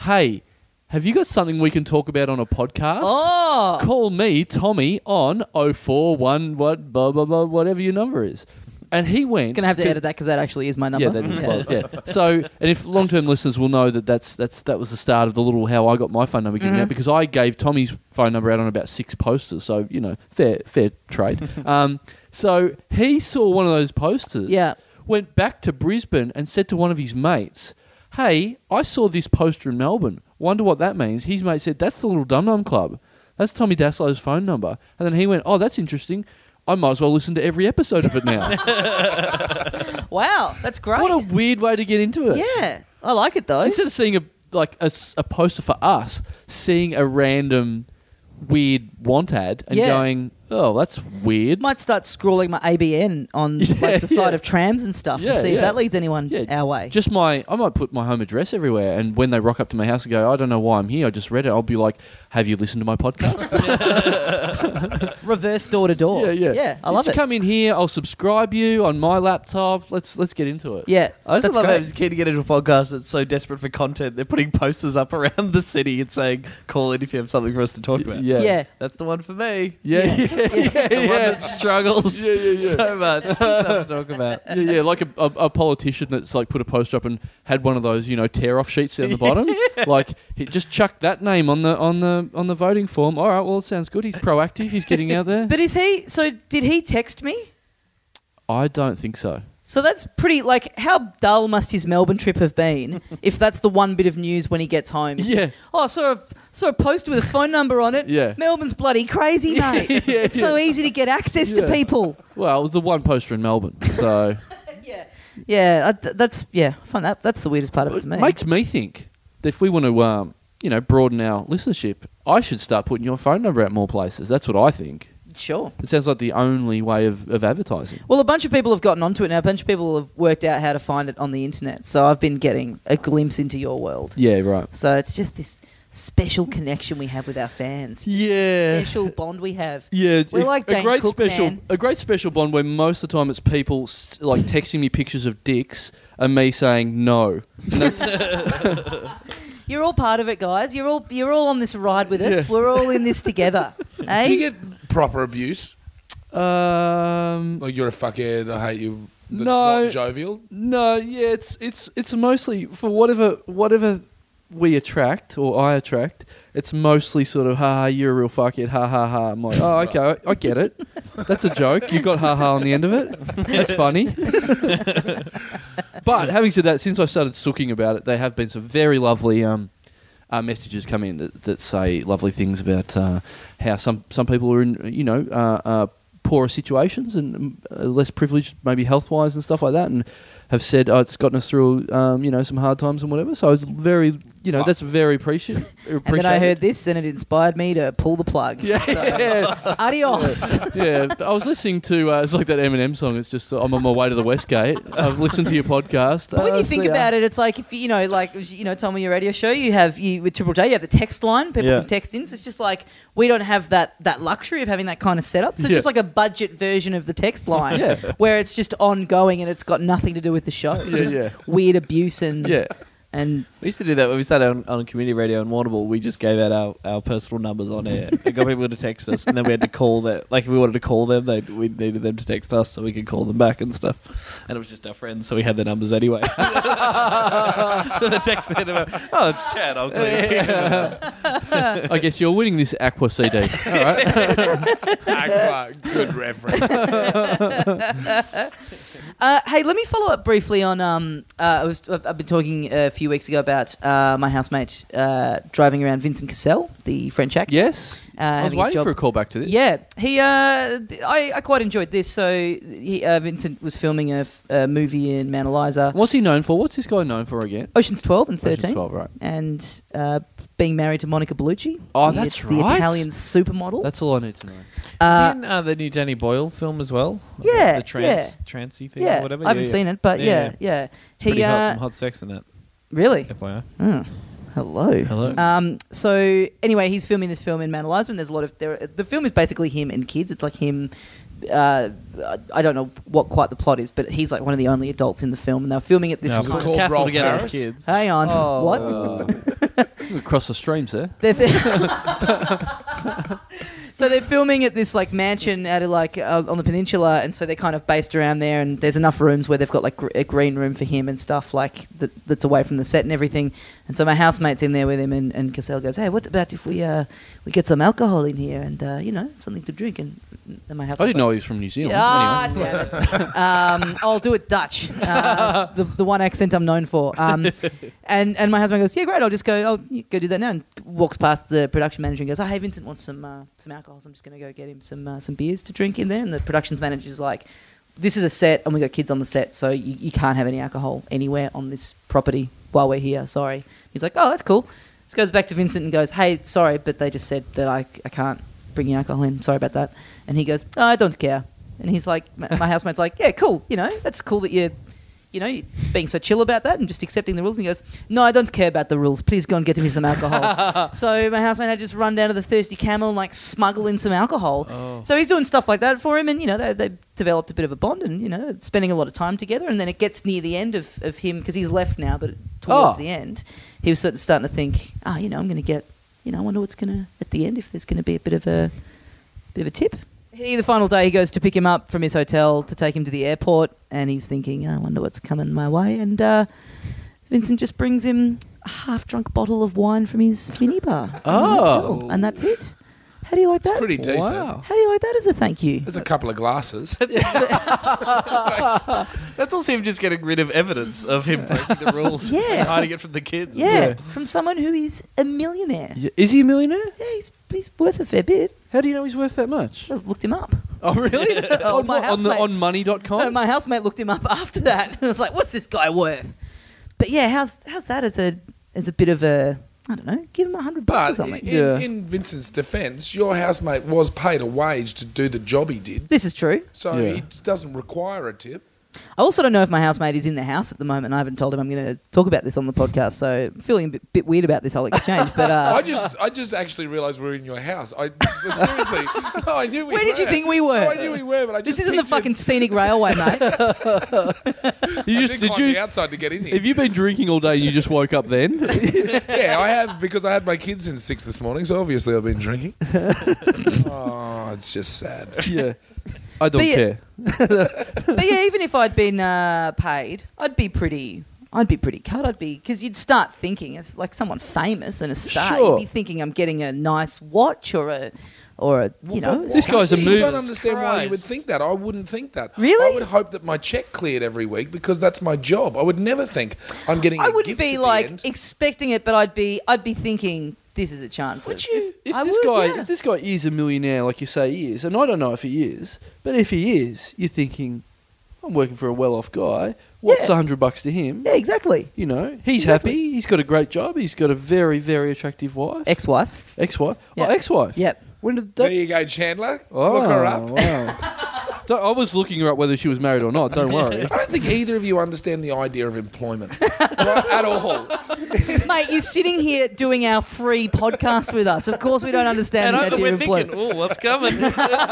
Speaker 2: "Hey, have you got something we can talk about on a podcast?
Speaker 1: Oh,
Speaker 2: Call me Tommy on 041 what blah blah blah whatever your number is." And he went.
Speaker 1: gonna have to
Speaker 2: "Could-
Speaker 1: edit that because that actually is my number.
Speaker 2: yeah, that is close. Yeah. So, and if long-term listeners will know that that's that's that was the start of the little how I got my phone number given out because I gave Tommy's phone number out on about six posters. So you know, fair fair trade. um, so he saw one of those posters.
Speaker 1: Yeah.
Speaker 2: Went back to Brisbane and said to one of his mates, "Hey, I saw this poster in Melbourne. Wonder what that means." His mate said, "That's the little Dum Dum Club. That's Tommy Daslow's phone number." And then he went, "Oh, that's interesting." I might as well listen to every episode of it now.
Speaker 1: Wow, that's great.
Speaker 2: what a weird way to get into it.
Speaker 1: yeah, I like it though.
Speaker 2: Instead of seeing a like a, s- a poster for us, seeing a random weird want ad and
Speaker 1: Yeah.
Speaker 2: going, "Oh, that's weird."
Speaker 1: Might start scrawling my ABN on
Speaker 2: Yeah,
Speaker 1: like the side
Speaker 2: yeah.
Speaker 1: of trams and stuff
Speaker 2: Yeah,
Speaker 1: and see if
Speaker 2: yeah.
Speaker 1: that leads anyone
Speaker 2: Yeah,
Speaker 1: our way.
Speaker 2: Just my, I might put my home address everywhere, and when they rock up to my house and go, "I don't know why I'm here. I just read it." I'll be like, "Have you listened to my podcast?"
Speaker 1: Reverse door to door.
Speaker 2: yeah, yeah,
Speaker 1: Yeah, I
Speaker 2: You
Speaker 1: love
Speaker 2: just
Speaker 1: it.
Speaker 2: Come in here. I'll subscribe you on my laptop. Let's let's get into it.
Speaker 1: yeah,
Speaker 4: I just
Speaker 1: that's
Speaker 4: love how
Speaker 1: great.
Speaker 4: he's keen to get into a podcast that's so desperate for content. They're putting posters up around the city and saying, "Call in if you have something for us to talk about."
Speaker 2: yeah,
Speaker 1: Yeah.
Speaker 4: that's the one for me.
Speaker 2: yeah, yeah, yeah, yeah,
Speaker 4: The one that struggles
Speaker 2: Yeah, yeah, yeah.
Speaker 4: so much. Stuff to talk about.
Speaker 2: Yeah, yeah, like a, a, a politician that's like put a poster up and had one of those, you know, tear off sheets down the bottom. Like he just chucked that name on the on the on the voting form. All right, well, it sounds good. He's proactive. He's getting out there.
Speaker 1: But is he? So did he text me?
Speaker 2: I don't think so.
Speaker 1: So that's pretty. Like, how dull must his Melbourne trip have been? if that's the one bit of news when he gets home. It's
Speaker 2: Yeah.
Speaker 1: just, Oh, I saw a saw a poster with a phone number on it.
Speaker 2: Yeah.
Speaker 1: Melbourne's bloody crazy, mate.
Speaker 2: yeah,
Speaker 1: it's so easy to get access to
Speaker 2: Yeah.
Speaker 1: people.
Speaker 2: Well, it was the one poster in Melbourne, so
Speaker 1: Yeah. Yeah. I, th- that's yeah. I find that that's the weirdest part of it
Speaker 2: it
Speaker 1: to me.
Speaker 2: makes me think that if we want to, um, you know, broaden our listenership, I should start putting your phone number out more places. That's what I think.
Speaker 1: sure.
Speaker 2: It sounds like the only way of, of advertising.
Speaker 1: Well, a bunch of people have gotten onto it now. A bunch of people have worked out how to find it on the internet. So I've been getting a glimpse into your world.
Speaker 2: Yeah, right.
Speaker 1: So it's just this special connection we have with our fans.
Speaker 2: Yeah.
Speaker 1: Special bond we have.
Speaker 2: Yeah,
Speaker 1: We're
Speaker 2: a-
Speaker 1: like
Speaker 2: a
Speaker 1: Dane
Speaker 2: great
Speaker 1: Cook,
Speaker 2: special,
Speaker 1: man.
Speaker 2: a great special bond where most of the time it's people st- like texting me pictures of dicks and me saying no. And that's-
Speaker 1: You're all part of it, guys. You're all you're all on this ride with us.
Speaker 2: Yeah.
Speaker 1: We're all in this together. eh?
Speaker 3: Do you get proper abuse?
Speaker 2: um,
Speaker 3: Like you're a fuckhead. I hate you. That's
Speaker 2: No.
Speaker 3: Not jovial.
Speaker 2: no, yeah, it's it's it's mostly for whatever whatever we attract or I attract. It's mostly sort of ha ha, you're a real fuckhead, ha ha ha. I'm like, oh okay, I, I get it. That's a joke. You got ha ha on the end of it. That's funny. but having said that, since I started sooking about it, there have been some very lovely um, uh, messages come in that, that say lovely things about uh, how some, some people are in, you know, uh, uh, poorer situations and um, uh, less privileged, maybe health wise and stuff like that, and have said, oh, it's gotten us through, um, you know, some hard times and whatever. So it's very, you know, that's very appreciative.
Speaker 1: and then I heard this, and it inspired me to pull the plug.
Speaker 2: Yeah,
Speaker 1: Adios.
Speaker 2: yeah, I was listening to uh, it's like that Eminem song. It's just uh, I'm on my way to the West Gate. I've listened to your podcast. Uh,
Speaker 1: But when you think about it, it's like if you you know, like you know, Tom, on your radio show, you have you with Triple J, you have the text line. People
Speaker 2: Yeah.
Speaker 1: can text in. So it's just like we don't have that that luxury of having that kind of setup. So it's
Speaker 2: Yeah.
Speaker 1: just like a budget version of the text line,
Speaker 2: Yeah.
Speaker 1: where it's just ongoing and it's got nothing to do with the show.
Speaker 2: Yeah,
Speaker 1: Just
Speaker 2: yeah.
Speaker 1: weird abuse and
Speaker 2: yeah,
Speaker 1: and
Speaker 4: We used to do that when we started on, on community radio and Warnable. We just gave out our, our personal numbers on air. It got people to text us, and then we had to call that. Like if we wanted to call them, they we needed them to text us so we could call them back and stuff. And it was just our friends, so we had their numbers anyway. so they texted him, "Oh, it's Chad. I'll call you."
Speaker 2: I guess you're winning this Aqua CD. All right.
Speaker 3: Aqua, good reference.
Speaker 1: Uh, hey, let me follow up briefly on. Um, uh, I was I've I've been talking a few few weeks ago about uh, my housemate uh, driving around Vincent Cassell, the French actor.
Speaker 2: Yes.
Speaker 1: Uh,
Speaker 2: I was
Speaker 1: having a
Speaker 2: waiting
Speaker 1: job.
Speaker 2: for a call back to this.
Speaker 1: Yeah, he. Uh, th- I, I quite enjoyed this. So he, uh, Vincent was filming a, f- a movie in Mount Eliza,
Speaker 2: What's he known for? What's this guy known for again?
Speaker 1: Ocean's Twelve and
Speaker 2: Ocean's
Speaker 1: Thirteen,
Speaker 2: 12, right.
Speaker 1: and uh, being married to Monica Bellucci.
Speaker 2: Oh,
Speaker 1: the-
Speaker 2: that's
Speaker 1: The
Speaker 2: right.
Speaker 1: Italian supermodel.
Speaker 2: That's all I need to know.
Speaker 1: uh,
Speaker 4: Is he in uh, the new Danny Boyle film as well?
Speaker 1: Yeah,
Speaker 4: The, the trance, trancey thing
Speaker 1: yeah,
Speaker 4: or whatever?
Speaker 1: I haven't seen it, but
Speaker 4: Yeah,
Speaker 1: yeah, yeah.
Speaker 4: It's pretty
Speaker 1: He
Speaker 4: hot,
Speaker 1: uh,
Speaker 4: some hot sex in that,
Speaker 1: really.
Speaker 4: FYI.
Speaker 1: Oh, hello.
Speaker 4: Hello.
Speaker 1: Um, so anyway, he's filming this film in Mount Eliza, and there's a lot of there. The film is basically him and kids. It's like him. Uh, I don't know what quite the plot is, but he's like one of the only adults in the film, and they're filming it. This
Speaker 4: No,
Speaker 1: is
Speaker 3: Called
Speaker 4: Castle
Speaker 3: Rolf
Speaker 4: together,
Speaker 3: Harris?
Speaker 4: kids.
Speaker 1: Hang on, what?
Speaker 2: Across the streams there.
Speaker 1: They're fi- so they're filming at this like mansion out of like uh, on the peninsula, and so they're kind of based around there. And there's enough rooms where they've got like gr- a green room for him and stuff like that, that's away from the set and everything. And so my housemate's in there with him, and, and Cassell goes, "Hey, what about if we uh, we get some alcohol in here and uh, you know something to drink?" And, and my housemate,
Speaker 2: I didn't know he was from New Zealand.
Speaker 1: Ah,
Speaker 2: Anyway.
Speaker 1: damn it. um, I'll do it Dutch, uh, the, the one accent I'm known for. Um, and, and my husband goes, yeah, great. I'll just go. I'll you go do that now. And walks past the production manager and goes, oh, hey, Vincent wants some uh, some alcohol. So I'm just going to go get him some uh, some beers to drink in there. And the productions manager's like, this is a set, and we got kids on the set, so you, you can't have any alcohol anywhere on this property while we're here. Sorry. He's like, oh, that's cool. So goes back to Vincent and goes, hey, sorry, but they just said that I, I can't bring you alcohol in. Sorry about that. And he goes, oh, I don't care. And he's like, my my housemate's like, yeah, cool. You know, that's cool that you're, you know, being so chill about that and just accepting the rules. And he goes, no, I don't care about the rules. Please go and get me some alcohol. so my housemate had to just run down to the Thirsty Camel and like smuggle in some alcohol. So he's doing stuff like that for him. And, you know, they, they developed a bit of a bond and, you know, spending a lot of time together. And then it gets near the end of, of him because he's left now, but towards
Speaker 2: Oh.
Speaker 1: the end, he was sort of starting to think, oh, you know, I'm going to get, you know, I wonder what's going to, at the end, if there's going to be a bit of a, bit of a tip. He, the final day, he goes to pick him up from his hotel to take him to the airport, and he's thinking, "Oh, I wonder what's coming my way. And uh, Vincent just brings him a half drunk bottle of wine from his minibar. in the
Speaker 2: Oh.
Speaker 1: hotel, And that's it. How do you like that?
Speaker 3: It's pretty decent.
Speaker 2: Wow.
Speaker 1: How do you like that as a thank you?
Speaker 3: There's a couple of glasses.
Speaker 4: That's also him just getting rid of evidence of him breaking the rules
Speaker 1: Yeah.
Speaker 4: and hiding it from the kids.
Speaker 1: Yeah, from someone who is a millionaire. Yeah,
Speaker 2: Y- Is he a millionaire?
Speaker 1: he's, he's worth a fair bit.
Speaker 2: How do you know he's worth that much?
Speaker 1: I've looked him up.
Speaker 2: Oh, really?
Speaker 1: Oh,
Speaker 2: on,
Speaker 1: my
Speaker 2: what, on, the,
Speaker 1: housemate.
Speaker 2: on money.com?
Speaker 1: No, my housemate looked him up after that. and was like, "What's this guy worth?" But yeah, how's how's that as a as a bit of a I don't know, give him a hundred bucks or
Speaker 3: But
Speaker 1: something.
Speaker 3: in,
Speaker 2: Yeah.
Speaker 3: in Vincent's defence, your housemate was paid a wage to do the job he did,
Speaker 1: This is true.
Speaker 3: so
Speaker 2: Yeah.
Speaker 3: he doesn't require a tip.
Speaker 1: I also don't know if my housemate is in the house at the moment. I haven't told him I'm going to talk about this on the podcast, so I'm feeling a bit, bit weird about this whole exchange. But
Speaker 3: I
Speaker 1: uh,
Speaker 3: just, I just actually realised we are in your house. I but seriously, no, I knew we
Speaker 1: Where did you
Speaker 3: were.
Speaker 1: think we were?
Speaker 3: No, I knew we were, but I just
Speaker 1: this isn't the
Speaker 3: pictured-
Speaker 1: fucking scenic railway, mate.
Speaker 2: you
Speaker 3: I
Speaker 2: just, did
Speaker 3: did climb the
Speaker 2: you,
Speaker 3: outside to get in here.
Speaker 2: have you been drinking all day and you just woke up then?
Speaker 3: yeah, I have because I had my kids since six this morning, so obviously I've been drinking. oh, it's just sad.
Speaker 2: yeah. I don't
Speaker 1: But yeah-
Speaker 2: care.
Speaker 1: but yeah, even if I'd been uh, paid, I'd be pretty. I'd be pretty cut. I'd be because you'd start thinking if like someone famous and a star,
Speaker 2: Sure.
Speaker 1: you'd be thinking I'm getting a nice watch or a or a you know
Speaker 3: Well,
Speaker 2: This
Speaker 1: something.
Speaker 2: guy's a
Speaker 3: I
Speaker 2: movie.
Speaker 3: don't understand why you would
Speaker 4: Christ.
Speaker 3: think that. I wouldn't think that.
Speaker 1: Really?
Speaker 3: I would hope that my check cleared every week because that's my job. I would never think I'm getting.
Speaker 1: I
Speaker 3: I
Speaker 1: wouldn't be like expecting it, but I'd be I'd be thinking this is a chance. Would
Speaker 2: If, if
Speaker 1: I
Speaker 2: this
Speaker 1: would,
Speaker 2: guy,
Speaker 1: yeah.
Speaker 2: if this guy is a millionaire, like you say he is, and I don't know if he is, but if he is, you're thinking, I'm working for a well-off guy. What's a
Speaker 1: Yeah.
Speaker 2: hundred bucks to him?
Speaker 1: Yeah, exactly.
Speaker 2: You know, he's
Speaker 1: Exactly.
Speaker 2: happy. He's got a great job. He's got a very, very attractive wife.
Speaker 1: Ex-wife.
Speaker 2: Ex-wife.
Speaker 1: Yeah.
Speaker 2: Oh, ex-wife.
Speaker 1: Yep.
Speaker 2: When did that?
Speaker 3: There you go, Chandler.
Speaker 2: oh,
Speaker 3: Look her up.
Speaker 2: Wow. Don't- I was looking her up whether she was married or not. Don't worry.
Speaker 3: I don't think either of you understand the idea of employment right, at all.
Speaker 1: Mate, you're sitting here doing our free podcast with us. Of course, we don't understand
Speaker 4: And
Speaker 1: the
Speaker 4: I,
Speaker 1: idea
Speaker 4: we're
Speaker 1: of
Speaker 4: thinking,
Speaker 1: blood.
Speaker 4: oh, what's coming?
Speaker 3: You know,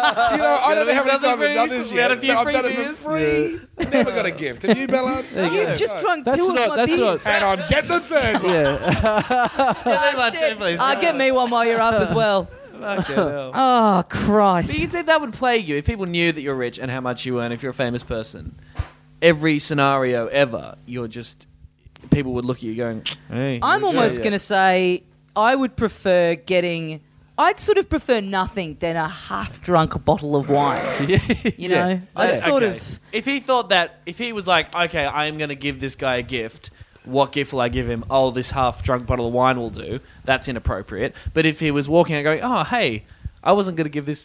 Speaker 3: I don't know how many times
Speaker 4: Something
Speaker 3: I've done
Speaker 4: free,
Speaker 3: this
Speaker 4: we had
Speaker 3: yet.
Speaker 4: a few
Speaker 3: but I've
Speaker 4: free
Speaker 3: done it
Speaker 4: beers.
Speaker 3: for free. Never got a gift. Have you, Ballard?
Speaker 1: You've
Speaker 3: No.
Speaker 1: just drunk
Speaker 2: That's
Speaker 1: two
Speaker 2: not-
Speaker 1: of my
Speaker 2: that's not-
Speaker 1: beers.
Speaker 3: And I'm getting the third one.
Speaker 2: Yeah.
Speaker 1: Ah, shit. Ah, get me one while you're up as well. Oh
Speaker 4: But
Speaker 1: Christ!
Speaker 4: you can say that would plague you if people knew that you're rich and how much you earn. If you're a famous person, every scenario ever, you're just people would look at you going, "Hey."
Speaker 1: I'm almost going to say I would prefer getting. I'd sort of prefer nothing than a half-drunk bottle of wine. You know, I'd
Speaker 4: Okay.
Speaker 1: sort of.
Speaker 4: If he thought that, if he was like, "Okay, I am going to give this guy a gift," what gift will I give him? Oh, this half drunk bottle of wine will do. That's inappropriate. But if he was walking out going, oh, hey, I wasn't going to give this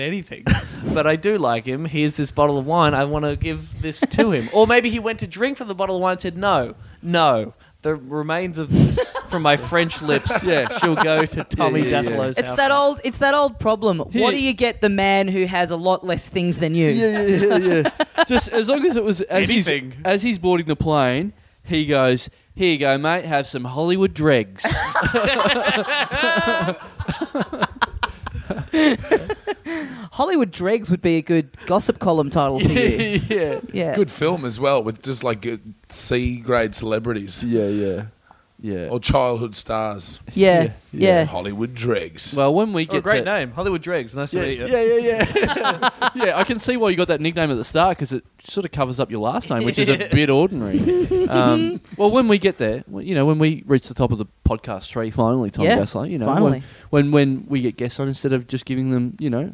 Speaker 4: anything, but I do like him. Here's this bottle of wine. I want to give this to him. or maybe he went to drink from the bottle of wine and said, no, no. The remains of this from my French lips
Speaker 2: Yeah.
Speaker 4: shall go to Tommy
Speaker 2: yeah, yeah.
Speaker 4: Daslow's
Speaker 1: It's
Speaker 4: house.
Speaker 1: that old. It's that old problem. What do you get the man who has a lot less things than you?
Speaker 2: Yeah, yeah, yeah, yeah. Just as long as it was as
Speaker 4: Anything.
Speaker 2: He's, as he's boarding the plane, he goes, "Here you go, mate. Have some Hollywood dregs."
Speaker 1: Hollywood dregs would be a good gossip column title for you.
Speaker 2: yeah,
Speaker 1: Yeah.
Speaker 3: Good film as well with just like good C grade celebrities
Speaker 2: yeah, yeah, yeah.
Speaker 3: or childhood stars.
Speaker 1: Yeah.
Speaker 2: Yeah,
Speaker 1: Yeah.
Speaker 2: yeah.
Speaker 3: Hollywood dregs.
Speaker 2: Well, when we
Speaker 4: Oh,
Speaker 2: get
Speaker 4: great
Speaker 2: to,
Speaker 4: name, Hollywood Dregs. Nice
Speaker 2: Yeah,
Speaker 4: to meet you.
Speaker 2: yeah, yeah, yeah. yeah, I can see why you got that nickname at the start because it sort of covers up your last name, which is a bit ordinary. Um, well, when we get there, well, you know, when we reach the top of the podcast tree finally, Tom
Speaker 1: Yeah,
Speaker 2: Gaslight, you know,
Speaker 1: finally.
Speaker 2: When, when when we get guests on, instead of just giving them, you know,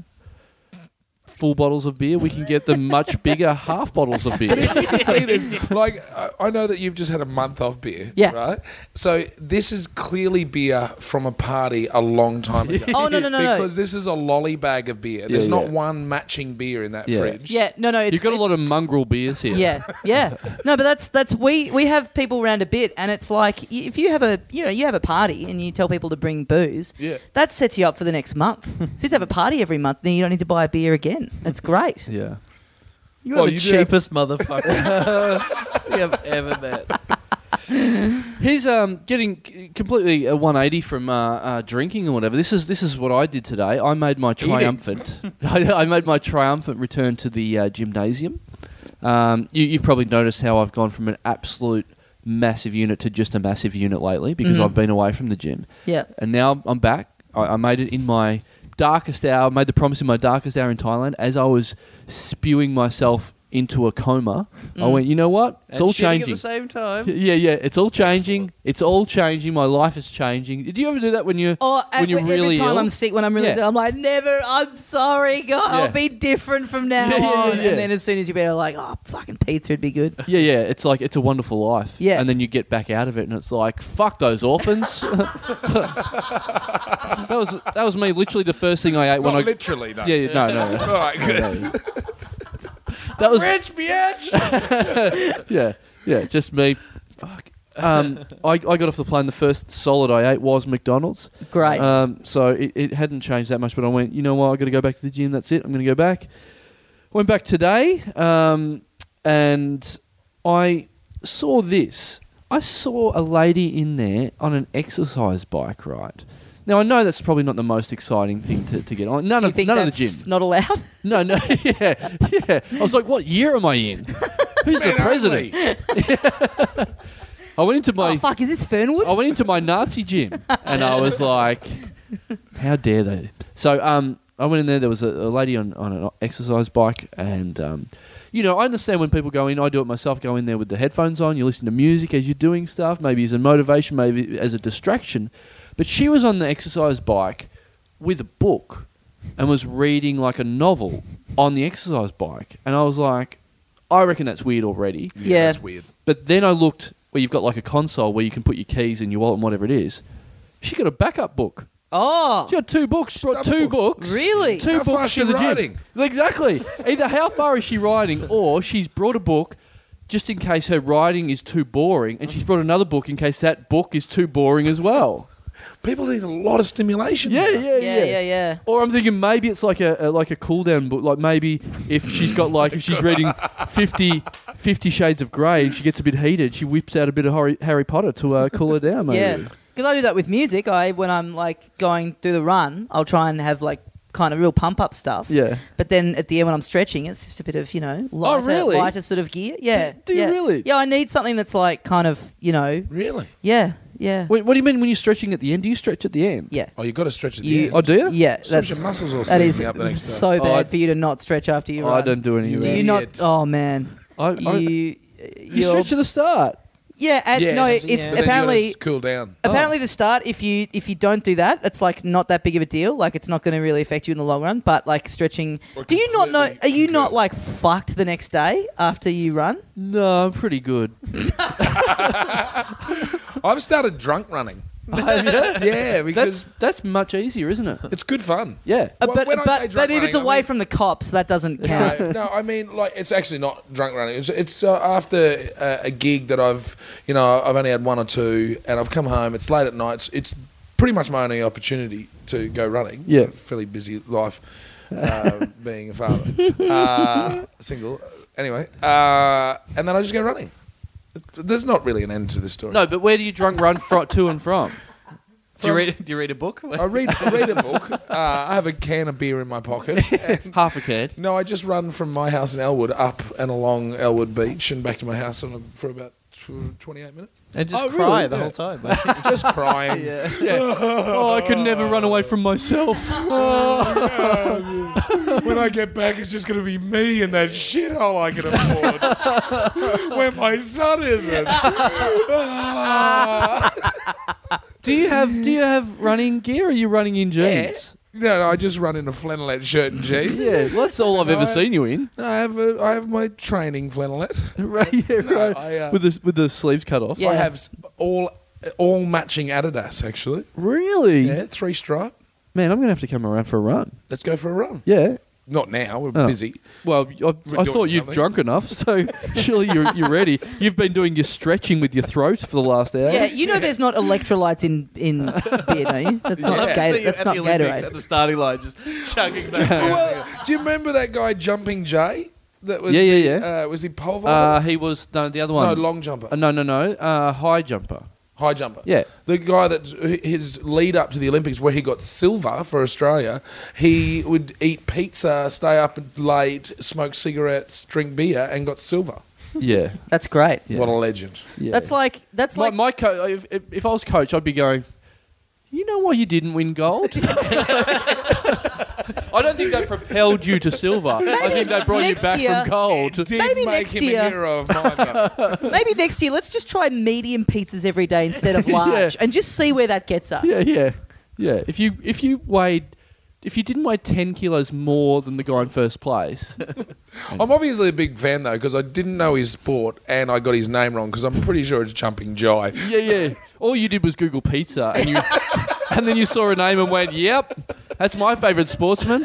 Speaker 2: full bottles of beer, we can get them much bigger half bottles of beer.
Speaker 3: you can see this. Like, I- I know that you've just had a month off beer,
Speaker 1: Yeah.
Speaker 3: right? So this is clearly beer from a party a long time ago.
Speaker 1: Oh, no, no, no, no.
Speaker 3: Because this is a lolly bag of beer. There's
Speaker 2: Yeah,
Speaker 3: not
Speaker 2: yeah.
Speaker 3: one matching beer in that
Speaker 2: Yeah.
Speaker 3: fridge.
Speaker 1: Yeah, no, no. It's,
Speaker 2: You've got a lot of
Speaker 1: it's-
Speaker 2: mongrel beers here.
Speaker 1: Yeah, yeah. No, but that's that's we we have people round a bit, and it's like y- if you have a you know you have a party and you tell people to bring booze,
Speaker 3: Yeah.
Speaker 1: that sets you up for the next month. so you just have a party every month, then you don't need to buy a beer again. That's great.
Speaker 2: Yeah.
Speaker 4: Oh, You are
Speaker 3: Well,
Speaker 4: the
Speaker 3: you do have-
Speaker 4: cheapest motherfucker we have ever met.
Speaker 2: He's um, getting c- completely a 180 from uh, uh, drinking or whatever. This is this is what I did today. I made my
Speaker 4: Eating.
Speaker 2: triumphant. I, I made my triumphant return to the uh, gymnasium. Um, you, you've probably noticed how I've gone from an absolute massive unit to just a massive unit lately because
Speaker 4: Mm.
Speaker 1: Mhm.
Speaker 2: I've been away from the gym,
Speaker 1: Yeah.
Speaker 2: and now I'm back. I, I made it in my darkest hour. Made the promise in my darkest hour in Thailand as I was spewing myself into a coma. I
Speaker 1: Mm.
Speaker 2: went, you know what? It's
Speaker 4: And
Speaker 2: all
Speaker 4: shitting
Speaker 2: changing.
Speaker 4: at the same time.
Speaker 2: Yeah, yeah, it's all changing. It's all changing. My life is changing. Did you ever do that when you
Speaker 1: Or uh,
Speaker 2: when you're
Speaker 1: every
Speaker 2: really
Speaker 1: time
Speaker 2: ill?
Speaker 1: I'm sick, when I'm really
Speaker 2: Yeah.
Speaker 1: ill, I'm like, never. I'm sorry, God.
Speaker 2: Yeah.
Speaker 1: I'll be different from now
Speaker 2: Yeah, yeah,
Speaker 1: on.
Speaker 2: yeah.
Speaker 1: And then as soon as you're better, like, oh, fucking pizza would be good.
Speaker 2: yeah, yeah. It's like it's a wonderful life.
Speaker 1: Yeah.
Speaker 2: and then you get back out of it, and it's like fuck those orphans. that was that was me. Literally the first thing I ate when
Speaker 3: Not
Speaker 2: I
Speaker 3: literally, no.
Speaker 2: yeah, yeah no no. no.
Speaker 3: All right, good.
Speaker 2: That was
Speaker 4: Rich bitch.
Speaker 2: yeah yeah just me. Fuck. Um, I I got off the plane. The first solid I ate was McDonald's.
Speaker 1: Great.
Speaker 2: Um, so it, it hadn't changed that much, but I went, you know what, I've got to go back to the gym. That's it. I'm going to go back. Went back today, um, and I saw this. I saw a lady in there on an exercise bike, right? Now I know that's probably not the most exciting thing to, to get on. None
Speaker 1: Do you
Speaker 2: of
Speaker 1: think
Speaker 2: none of the
Speaker 1: that's
Speaker 2: gym.
Speaker 1: not allowed?
Speaker 2: No, no, yeah, yeah. I was like, what year am I in? Who's the president? I went into my
Speaker 1: oh fuck, is this Fernwood?
Speaker 2: I went into my Nazi gym and I was like, how dare they? So um, I went in there. There was a, a lady on, on an exercise bike, and um, you know, I understand when people go in. I do it myself. Go in there with the headphones on. You listen to music as you're doing stuff. Maybe as a motivation, maybe as a distraction. But she was on the exercise bike with a book and was reading like a novel on the exercise bike, and I was like, I reckon that's weird already.
Speaker 1: Yeah.
Speaker 3: That's weird.
Speaker 2: But then I looked where you've got like a console where you can put your keys and your wallet and whatever it is. She got a backup book.
Speaker 1: oh,
Speaker 2: She got two books. Brought
Speaker 3: double
Speaker 2: two
Speaker 3: books.
Speaker 2: books.
Speaker 1: Really?
Speaker 2: Two
Speaker 3: How
Speaker 2: books
Speaker 3: far is
Speaker 2: to
Speaker 3: she
Speaker 2: the gym.
Speaker 3: riding?
Speaker 2: Exactly. Either how far is she riding, or she's brought a book just in case her riding is too boring, and she's brought another book in case that book is too boring as well.
Speaker 3: People need a lot of stimulation.
Speaker 2: Yeah, yeah,
Speaker 1: yeah, yeah, yeah.
Speaker 2: Or I'm thinking maybe it's like a, a like a cool down book. Like maybe if she's got like if she's reading 50, 50 Shades of Grey and she gets a bit heated, she whips out a bit of Harry, Harry Potter to uh, cool her down. Maybe.
Speaker 1: Yeah, because I do that with music. I when I'm like going through the run, I'll try and have like kind of real pump up stuff.
Speaker 2: Yeah. Oh,
Speaker 1: But then at the end when I'm stretching, it's just a bit of you know lighter,
Speaker 2: really?
Speaker 1: lighter sort of gear. Yeah.
Speaker 2: Does- do you
Speaker 1: yeah.
Speaker 2: really?
Speaker 1: Yeah, I need something that's like kind of you know.
Speaker 3: Really?
Speaker 1: Yeah, yeah,
Speaker 2: Wait, what do you mean when you're stretching at the end? Do you stretch at the end?
Speaker 1: yeah.
Speaker 3: Oh, you've got to stretch at the
Speaker 1: You-
Speaker 3: end.
Speaker 2: Oh, do you?
Speaker 1: Yeah,
Speaker 3: Stretch
Speaker 1: that's
Speaker 3: your muscles all
Speaker 1: that is
Speaker 3: seizing up the next
Speaker 1: so
Speaker 2: Oh, I-
Speaker 1: bad for you to not stretch after you run.
Speaker 2: I Oh, don't do any of
Speaker 1: Do
Speaker 2: that.
Speaker 1: you not?
Speaker 3: Idiot.
Speaker 1: Oh man,
Speaker 2: I, I,
Speaker 1: you
Speaker 2: you
Speaker 1: you're-
Speaker 2: stretch at the start.
Speaker 1: yeah, and
Speaker 3: Yes.
Speaker 1: no, it's
Speaker 3: But then you
Speaker 1: apparently
Speaker 3: gotta cool down.
Speaker 1: Apparently, the start if you if you don't do that, it's like not that big of a deal. Like it's not going to really affect you in the long run. But like stretching,
Speaker 3: Or
Speaker 1: do you not know? Are
Speaker 3: completely
Speaker 1: you not
Speaker 3: concur.
Speaker 1: like fucked the next day after you run? Uh,
Speaker 2: No, I'm pretty good.
Speaker 3: I've started drunk running. yeah, because
Speaker 2: That's that's much easier, isn't it?
Speaker 3: it's good fun.
Speaker 2: Yeah.
Speaker 1: Uh,
Speaker 3: Well,
Speaker 1: but
Speaker 3: when I say
Speaker 1: but,
Speaker 3: drunk
Speaker 1: but if it's
Speaker 3: running, I
Speaker 1: away
Speaker 3: mean-
Speaker 1: from the cops, that doesn't count.
Speaker 3: no, no, I mean like it's actually not drunk running. It's, it's uh, after uh, a gig that I've you know I've only had one or two, and I've come home. It's late at night. It's, it's pretty much my only opportunity to go running.
Speaker 2: Yeah.
Speaker 3: fairly busy life, uh, being a father, uh, single. Anyway, uh, and then I just go running. There's not really an end to this story.
Speaker 2: No, but where do you drunk run fro- to and from?
Speaker 4: Do you read? Do you read a book?
Speaker 3: I read I read a book. Uh, I have a can of beer in my pocket. and-
Speaker 2: Half a can.
Speaker 3: no, I just run from my house in Elwood up and along Elwood Beach and back to my house on a, for about tw- 28 minutes.
Speaker 5: And just
Speaker 2: Oh,
Speaker 5: cry
Speaker 2: really?
Speaker 5: the
Speaker 3: Yeah.
Speaker 5: whole time.
Speaker 3: Just crying. yeah.
Speaker 2: Oh, I could never run away from myself.
Speaker 3: When I get back, it's just going to be me and that shithole I can afford. Where my son isn't. Ah.
Speaker 2: Do you have do you have running gear? Or are you running in jeans?
Speaker 3: no, no, I just run in a flannelette shirt and jeans.
Speaker 2: Yeah, well, that's all I've ever
Speaker 3: No, I-
Speaker 2: seen you in.
Speaker 3: No, I have a, I have my training flannelette.
Speaker 2: right, yeah, right.
Speaker 3: I, uh,
Speaker 2: with the with the sleeves cut off.
Speaker 1: Yeah.
Speaker 3: I have s- all all matching Adidas actually.
Speaker 2: Really,
Speaker 3: Yeah, three stripe.
Speaker 2: man, I'm gonna have to come around for a run.
Speaker 3: Let's go for a run.
Speaker 2: Yeah.
Speaker 3: Not now. We're
Speaker 2: Oh.
Speaker 3: busy.
Speaker 2: Well, I, I
Speaker 3: doing
Speaker 2: thought you'd
Speaker 3: something.
Speaker 2: drunk enough, so surely you're, you're ready. You've been doing your stretching with your throat for the last hour.
Speaker 1: Yeah, you know there's not electrolytes in in beer, don't you? That's not
Speaker 3: Yeah.
Speaker 1: Gator- that's not
Speaker 4: At the
Speaker 1: Gatorade.
Speaker 4: starting line, just chugging
Speaker 3: Oh,
Speaker 4: back.
Speaker 3: well, do you remember that guy jumping Jay? That was
Speaker 2: Yeah, yeah,
Speaker 3: the, Uh, was he pole
Speaker 2: Uh,
Speaker 3: vaulter?
Speaker 2: he was no the other
Speaker 3: no,
Speaker 2: one.
Speaker 3: long jumper,
Speaker 2: Uh, no, no, no. Uh, high jumper.
Speaker 3: high jumper.
Speaker 2: Yeah.
Speaker 3: the guy that his lead up to the Olympics, where he got silver for Australia, he would eat pizza, stay up late, smoke cigarettes, drink beer, and got silver.
Speaker 2: Yeah.
Speaker 1: That's great.
Speaker 2: Yeah.
Speaker 3: What a legend!
Speaker 2: yeah.
Speaker 1: That's like that's
Speaker 2: my,
Speaker 1: like
Speaker 2: my co- if, if- if I was coach, I'd be going. You know why you didn't win gold? I don't think that propelled you to silver. I think that brought you
Speaker 1: next
Speaker 2: back
Speaker 1: year-
Speaker 2: from gold.
Speaker 3: Did
Speaker 1: Maybe
Speaker 3: make
Speaker 1: next
Speaker 3: him
Speaker 1: year.
Speaker 3: a hero of mine. though.
Speaker 1: maybe next year. Let's just try medium pizzas every day instead of
Speaker 2: Yeah.
Speaker 1: large, and just see where that gets us.
Speaker 2: Yeah, yeah, yeah. If you if you weighed if you didn't weigh ten kilos more than the guy in first place,
Speaker 3: I'm obviously a big fan though because I didn't know his sport and I got his name wrong because I'm pretty sure it's jumping Jai.
Speaker 2: yeah, yeah. All you did was Google pizza, and you and then you saw a name and went, "Yep, that's my favourite sportsman."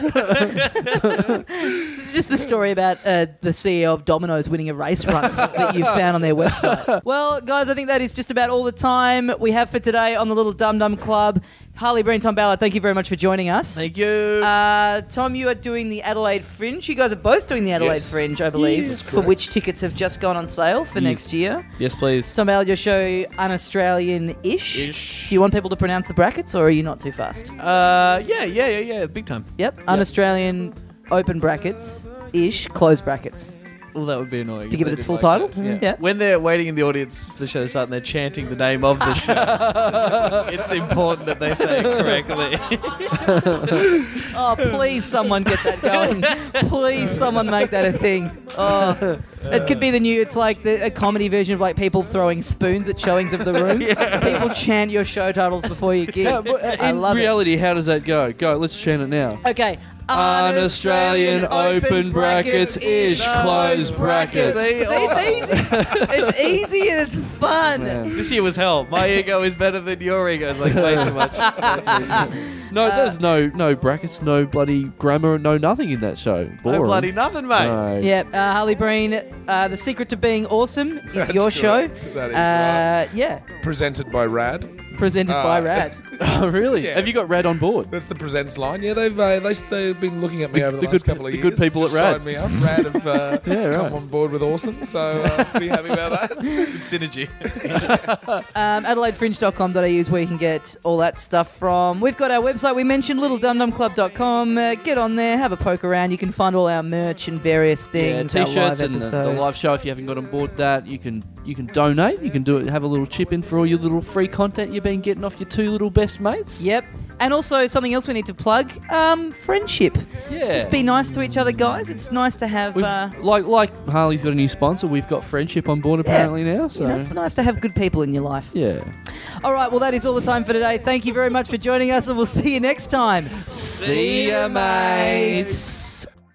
Speaker 1: It's just the story about uh, the CEO of Domino's winning a race once that you found on their website. Well, guys, I think that is just about all the time we have for today on the Little Dum Dum Club. Harley Breen, Tom Ballard, thank you very much for joining us.
Speaker 4: Thank you.
Speaker 1: Uh, Tom, you are doing the Adelaide Fringe. You guys are both doing the Adelaide
Speaker 3: Yes.
Speaker 1: Fringe, I believe, for which tickets have just gone on sale for next year.
Speaker 4: yes, please.
Speaker 1: Tom Ballard, your show un Australian ish.
Speaker 4: Ish.
Speaker 1: Do you want people to pronounce the brackets or are you not too fast?
Speaker 4: Uh, yeah, yeah, yeah, yeah. Big time.
Speaker 1: Yep, un Australian open brackets ish, close brackets.
Speaker 4: Well, that would be annoying.
Speaker 1: To
Speaker 4: if
Speaker 1: give it
Speaker 4: they
Speaker 1: its
Speaker 4: did
Speaker 1: full
Speaker 4: like that.
Speaker 1: title?
Speaker 4: Yeah.
Speaker 1: Yeah.
Speaker 4: When they're waiting in the audience for the show to start and they're chanting the name of the show, it's important that they say it correctly.
Speaker 1: Oh, please, someone get that going. please, someone make that a thing. Oh, it could be the new. It's like the, a comedy version of like people throwing spoons at showings of the room. People chant your show titles before you gig.
Speaker 2: Yeah, but, uh,
Speaker 1: I
Speaker 2: in
Speaker 1: love
Speaker 2: reality, how does that go? Go, let's chant it now.
Speaker 1: it. Okay.
Speaker 2: An Australian open brackets ish close brackets.
Speaker 1: See, it's easy. It's easy and it's fun.
Speaker 2: Man.
Speaker 4: this year was hell. My ego is better than your ego. It's like way too much.
Speaker 2: No,
Speaker 1: Uh,
Speaker 2: there's no no brackets, no bloody grammar, no nothing in that show. Boring.
Speaker 4: No bloody nothing, mate.
Speaker 2: No.
Speaker 1: Yep, uh, Harley Breen, uh, The Secret to Being Awesome is
Speaker 3: That's
Speaker 1: your show.
Speaker 3: correct. That is
Speaker 1: uh, Yeah,
Speaker 3: right. Presented by Rad.
Speaker 1: presented by
Speaker 3: Uh,
Speaker 1: Rad.
Speaker 2: Oh, really?
Speaker 3: Yeah.
Speaker 2: Have you got Rad on board?
Speaker 3: That's the presents line. Yeah, they've uh, they, they've been looking at me
Speaker 2: The-
Speaker 3: over the,
Speaker 2: the good-
Speaker 3: last couple of
Speaker 2: the
Speaker 3: years.
Speaker 2: good people at
Speaker 3: Just
Speaker 2: Rad.
Speaker 3: signed me up. Rad have uh,
Speaker 2: Yeah, right.
Speaker 3: come on board with awesome, so uh, pretty happy about that.
Speaker 4: Good synergy.
Speaker 1: Um, AdelaideFringe.com.au is where you can get all that stuff from. We've got our website we mentioned, littledumdumclub.com. Uh, get on there, have a poke around. You can find all our merch and various things.
Speaker 2: yeah,
Speaker 1: our live
Speaker 2: t-shirts and the, the
Speaker 1: episodes.
Speaker 2: live show. If you haven't got on board that, you can you can donate. You can do it. Have a little chip in for all your little free content you've been getting off your two little best mates.
Speaker 1: Yep. And also something else we need to plug: um, friendship.
Speaker 2: Yeah.
Speaker 1: Just be nice to each other, guys. It's nice to have.
Speaker 2: We've-
Speaker 1: Uh,
Speaker 2: like like Harley's got a new sponsor. We've got friendship on board apparently now. So
Speaker 1: you know, it's nice to have good people in your life.
Speaker 2: yeah.
Speaker 1: All right, well, that is all the time for today. Thank you very much for joining us, and we'll see you next time.
Speaker 2: See ya, mates.